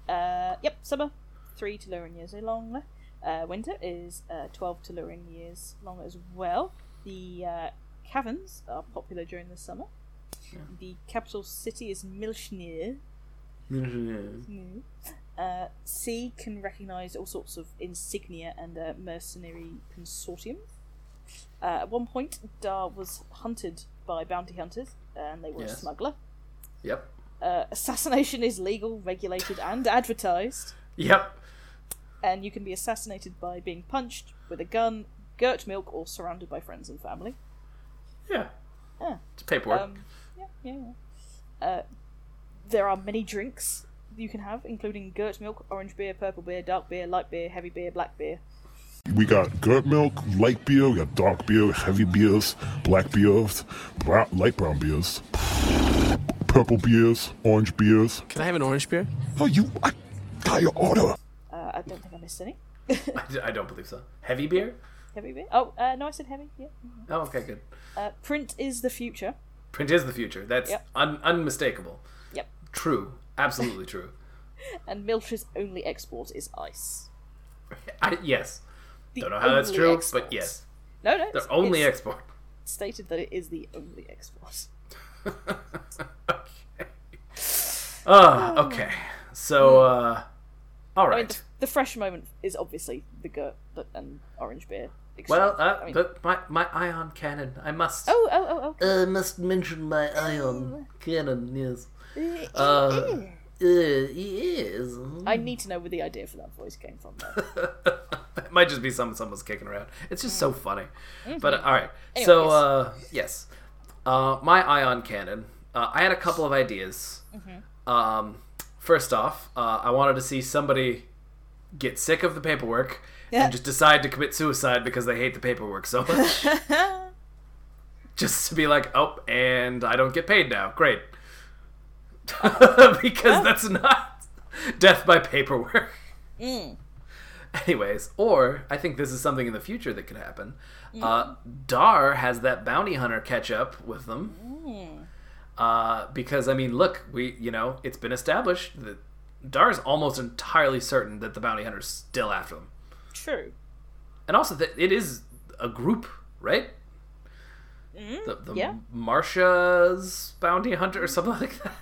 Speaker 2: Uh, yep, summer, three Tellurian years long. Uh, winter is uh, twelve Tellurian years long as well. The uh, caverns are popular during the summer. The capital city is Milchnir. Uh, C can recognise all sorts of insignia and uh, mercenary consortium. Uh, at one point, Dar was hunted by bounty hunters, and they were a
Speaker 3: Yes.
Speaker 2: smuggler.
Speaker 3: Yep.
Speaker 2: Uh, assassination is legal, regulated, and advertised
Speaker 3: Yep.
Speaker 2: and you can be assassinated by being punched with a gun, girt milk, or surrounded by friends and family.
Speaker 3: Yeah.
Speaker 2: Yeah.
Speaker 3: It's paperwork.
Speaker 2: Um, yeah, yeah, yeah. Uh, There are many drinks you can have, including gert milk, orange beer, purple beer, dark beer, light beer, heavy beer, black beer.
Speaker 10: We got goat milk, light beer, we got dark beer, heavy beers, black beers, brown, light brown beers, purple beers, orange beers.
Speaker 1: Can I have an orange beer?
Speaker 10: Oh, you, I got your order.
Speaker 2: Uh, I don't think I missed any.
Speaker 3: I don't believe so. Heavy beer?
Speaker 2: Heavy beer? Oh, uh, no, I said heavy. Yeah.
Speaker 3: Oh, okay, good.
Speaker 2: Uh, print is the future.
Speaker 3: Print is the future. That's
Speaker 2: Yep.
Speaker 3: un- unmistakable.
Speaker 2: Yep.
Speaker 3: True. Absolutely true.
Speaker 2: And Milch's only export is ice.
Speaker 3: I, yes.
Speaker 2: The
Speaker 3: Don't know how that's
Speaker 2: only
Speaker 3: true,
Speaker 2: export.
Speaker 3: but yes.
Speaker 2: No, no.
Speaker 3: Their only
Speaker 2: it's
Speaker 3: export.
Speaker 2: stated that it is the only export.
Speaker 3: okay. Ah, okay. So, uh, all
Speaker 2: I mean, Oh. Hmm. the,
Speaker 3: right.
Speaker 2: the fresh moment is obviously the gert but, and orange beer. extract.
Speaker 3: Well, uh,
Speaker 2: I mean-
Speaker 3: but my, my ion cannon. I must.
Speaker 2: oh, oh, oh, okay.
Speaker 3: I must mention my ion cannon. Yes. Uh, Hmm. yes.
Speaker 2: I need to know where the idea for that voice came from. Though.
Speaker 3: it might just be something someone's kicking around. It's just so funny. But uh, all right, so
Speaker 2: Mm-hmm. Anyways.
Speaker 3: uh, yes, uh, my ion cannon. Uh, I had a couple of ideas.
Speaker 2: Mm-hmm.
Speaker 3: Um, first off, uh, I wanted to see somebody get sick of the paperwork
Speaker 2: Yeah.
Speaker 3: and just decide to commit suicide because they hate the paperwork so much. just to be like, oh, and I don't get paid now. Great,
Speaker 2: Oh.
Speaker 3: because that's not death by paperwork. Anyways, or I think this is something in the future that could happen. Uh, Dar has that bounty hunter catch up with them. Uh, because I mean, look, we you know it's been established that Dar's almost entirely certain that the bounty hunter's still after them,
Speaker 2: True.
Speaker 3: and also that it is a group, right? the the
Speaker 2: Mm-hmm. yeah.
Speaker 3: Marsha's bounty hunter or something like that.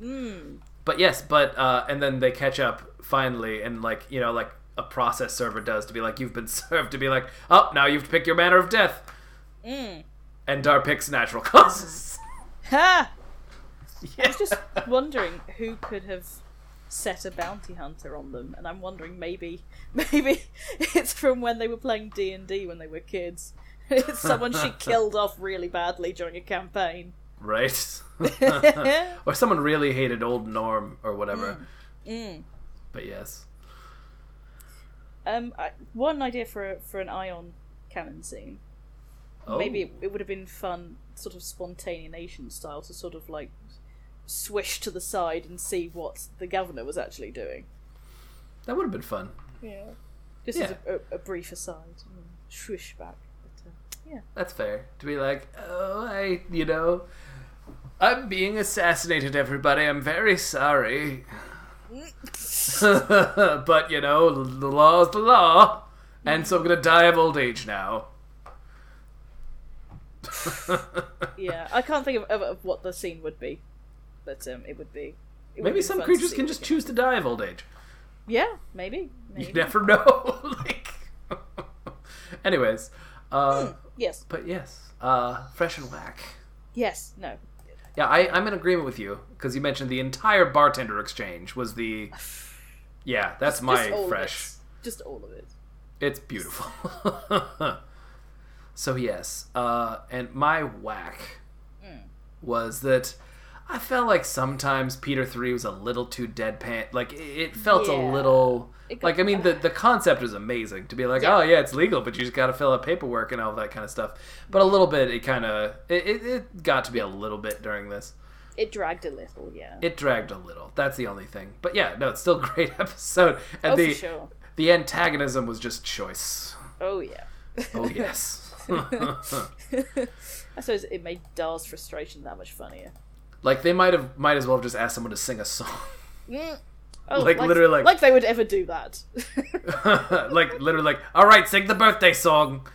Speaker 2: Mm.
Speaker 3: But yes, but uh, and then they catch up finally, and like you know, like a process server does to be like, you've been served. To be like, oh, now you have to pick your manner of death.
Speaker 2: Mm.
Speaker 3: And Dar picks natural causes.
Speaker 2: Ha!
Speaker 3: Yeah.
Speaker 2: Just wondering who could have set a bounty hunter on them, and I'm wondering maybe, maybe it's from when they were playing D and D when they were kids. It's someone she killed off really badly during a campaign.
Speaker 3: right? or someone really hated old Norm or whatever.
Speaker 2: Mm.
Speaker 3: But yes,
Speaker 2: Um, I, one idea for a, for an ion cannon scene.
Speaker 3: Oh.
Speaker 2: Maybe it, it would have been fun, sort of spontaneation style, to sort of like swish to the side and see what the governor was actually doing.
Speaker 3: that would have been fun.
Speaker 2: Yeah. Just as a, a, a brief aside, and then swish back. But, uh,
Speaker 3: That's fair. To be like, oh, I, you know, I'm being assassinated, everybody. I'm very sorry. but, you know, the law's the law. And so I'm going to die of old age now.
Speaker 2: yeah, I can't think of, of, of what the scene would be, but um, it would be. it would
Speaker 3: Maybe
Speaker 2: be
Speaker 3: some
Speaker 2: fun to
Speaker 3: creatures
Speaker 2: see
Speaker 3: can
Speaker 2: what
Speaker 3: just
Speaker 2: it-
Speaker 3: choose to die of old age.
Speaker 2: Yeah, maybe.
Speaker 3: You
Speaker 2: maybe.
Speaker 3: never know. like, anyways,
Speaker 2: Hmm.
Speaker 3: uh,
Speaker 2: Yes.
Speaker 3: but yes, uh, fresh and whack.
Speaker 2: Yes. No.
Speaker 3: Yeah, I, I'm in agreement with you because you mentioned the entire bartender exchange was the. Yeah, that's my
Speaker 2: just all
Speaker 3: fresh.
Speaker 2: Of it. Just all of it.
Speaker 3: It's beautiful. so yes, uh, and my whack
Speaker 2: Hmm.
Speaker 3: was that I felt like sometimes Peter Three was a little too deadpan. Like it- it felt
Speaker 2: Yeah.
Speaker 3: a little.
Speaker 2: It got-
Speaker 3: Like I mean, the the concept was amazing to be like,
Speaker 2: Yeah.
Speaker 3: oh yeah, it's legal, but you just got to fill out paperwork and all that kind of stuff. But a little bit, it kind of it, it, it got to be a little bit during this.
Speaker 2: It dragged a little. Yeah.
Speaker 3: It dragged a little. That's the only thing. But yeah, no, it's still a great episode. And
Speaker 2: oh,
Speaker 3: the
Speaker 2: for sure.
Speaker 3: the antagonism was just choice.
Speaker 2: Oh yeah.
Speaker 3: Oh yes.
Speaker 2: I suppose it made Dar's frustration that much funnier.
Speaker 3: like they might have might as well have just asked someone to sing a song.
Speaker 2: Oh,
Speaker 3: Like, literally, like-
Speaker 2: like they would ever do that.
Speaker 3: like literally like, all right, sing the birthday song.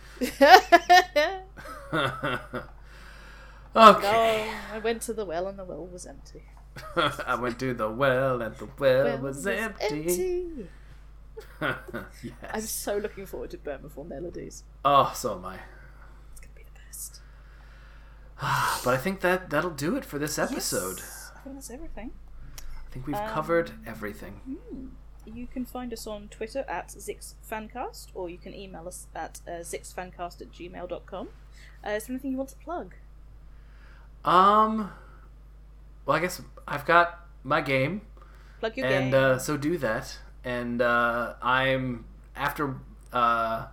Speaker 3: okay.
Speaker 2: oh, I went to the well and the well was empty.
Speaker 3: I went to the well and the well, was,
Speaker 2: was
Speaker 3: empty. yes.
Speaker 2: I'm so looking forward to Burma for Melodies.
Speaker 3: Oh, so am I.
Speaker 2: It's gonna be the best.
Speaker 3: But I think that that'll do it for this episode.
Speaker 2: I think that's everything.
Speaker 3: I think we've covered everything.
Speaker 2: You can find us on Twitter at ZixFancast, or you can email us at uh, ZixFancast at gmail.com. Uh, is there anything you want to plug?
Speaker 3: Um, well, I guess I've got my game,
Speaker 2: Plug your
Speaker 3: and
Speaker 2: game.
Speaker 3: uh, so do that. And uh, I'm after uh,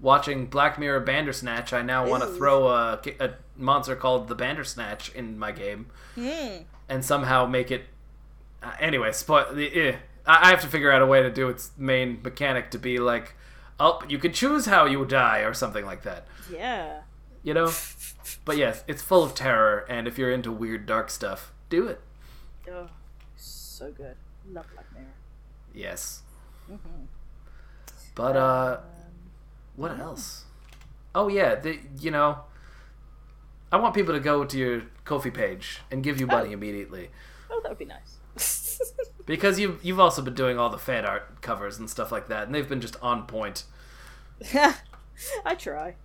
Speaker 3: watching Black Mirror Bandersnatch. I now want to throw a, a monster called the Bandersnatch in my game,
Speaker 2: Hmm.
Speaker 3: and somehow make it. Uh, anyway, spo- the, eh. I I have to figure out a way to do its main mechanic to be like, oh, you can choose how you die or something like that
Speaker 2: yeah.
Speaker 3: you know but yes it's full of terror and if you're into weird dark stuff do it
Speaker 2: Oh, so good. Love Black Mirror.
Speaker 3: yes but uh what else oh yeah the, you know i want people to go to your kofi page and give you money immediately
Speaker 2: Oh, that would be nice.
Speaker 3: because you've, you've also been doing all the fan art covers and stuff like that and they've been just on point
Speaker 2: I try.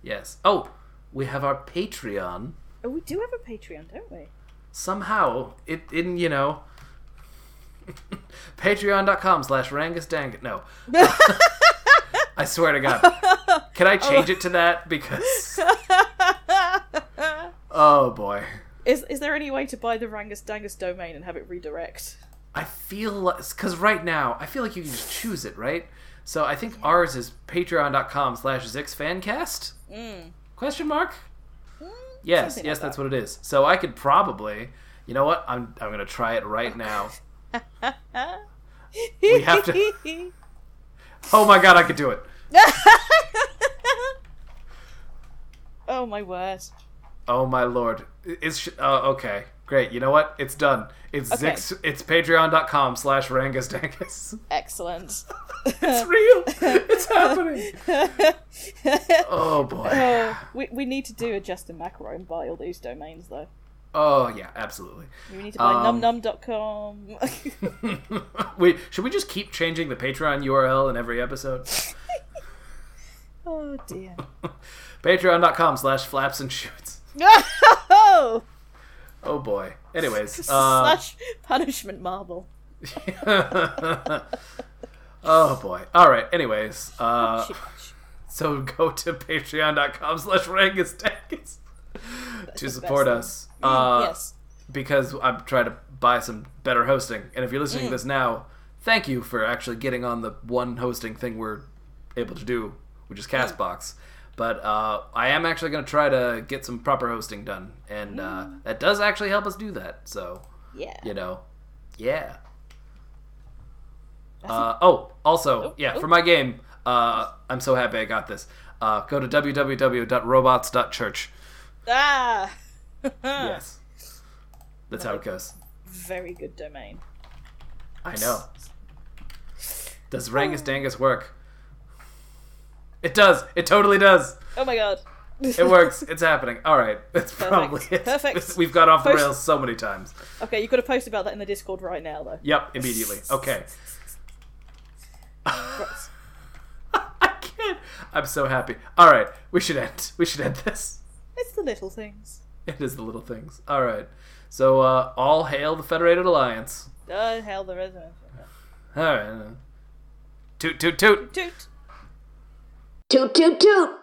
Speaker 3: yes oh we have our patreon
Speaker 2: Oh, we do have a Patreon, don't we?
Speaker 3: somehow it in you know patreon.com slash rangus dang no i swear to god can i change it to that because oh boy
Speaker 2: Is is there any way to buy the Rangus Dangus domain and have it redirect?
Speaker 3: i feel like because right now i feel like you can just choose it right so i think ours is patreon.com slash zixfancast question mark yes
Speaker 2: Mm. something like
Speaker 3: yes
Speaker 2: that.
Speaker 3: that's what it is so i could probably you know what i'm, I'm gonna try it right now we have to Oh my god, I could do it.
Speaker 2: oh my word.
Speaker 3: Oh my lord. It's sh- uh, okay. Great. You know what? It's done. It's
Speaker 2: Okay.
Speaker 3: Zix. It's patreon.com slash Rangus Dangus.
Speaker 2: Excellent.
Speaker 3: It's real. it's happening. Oh boy.
Speaker 2: Uh, we, we need to do a Justin McElroy and buy all these domains though.
Speaker 3: Oh yeah, absolutely.
Speaker 2: We need to buy
Speaker 3: Um,
Speaker 2: numnum.com.
Speaker 3: Wait, should we just keep changing the Patreon URL in every episode?
Speaker 2: oh dear.
Speaker 3: uh, patreon.com slash flaps and shoots.
Speaker 2: Oh!
Speaker 3: Oh boy. Anyways. Uh,
Speaker 2: Slash punishment marble.
Speaker 3: oh boy. All right. Anyways. Uh, So go to patreon.com slash rangustangus to support us. Uh,
Speaker 2: yes.
Speaker 3: Because I'm trying to buy some better hosting. And if you're listening to this now, thank you for actually getting on the one hosting thing we're able to do, which is Castbox. But uh, I am actually going to try to get some proper hosting done. And uh, that does actually help us do that. So,
Speaker 2: Yeah.
Speaker 3: you know, yeah. Uh, oh, also, yeah, for my game, uh, I'm so happy I got this. Uh, go to www.robots.church.
Speaker 2: Ah!
Speaker 3: Yes. That's how it goes.
Speaker 2: Very good domain.
Speaker 3: I know. Does
Speaker 2: Oh.
Speaker 3: Rangus Dangus work? It does. It totally does.
Speaker 2: Oh my god.
Speaker 3: It works. It's happening. All right. That's probably it.
Speaker 2: Perfect.
Speaker 3: We've got off the
Speaker 2: Post-
Speaker 3: rails so many times.
Speaker 2: Okay, you've got to post about that in the Discord right now though.
Speaker 3: Yep, immediately. Okay. I can't. I'm so happy. All right, we should end. We should end this.
Speaker 2: It's the little things.
Speaker 3: It is the little things. All right. So, uh, all hail the Federated Alliance.
Speaker 2: Oh, hell, the resonance.
Speaker 3: All right. Toot, toot, toot.
Speaker 2: Toot!
Speaker 4: Toot toot toot.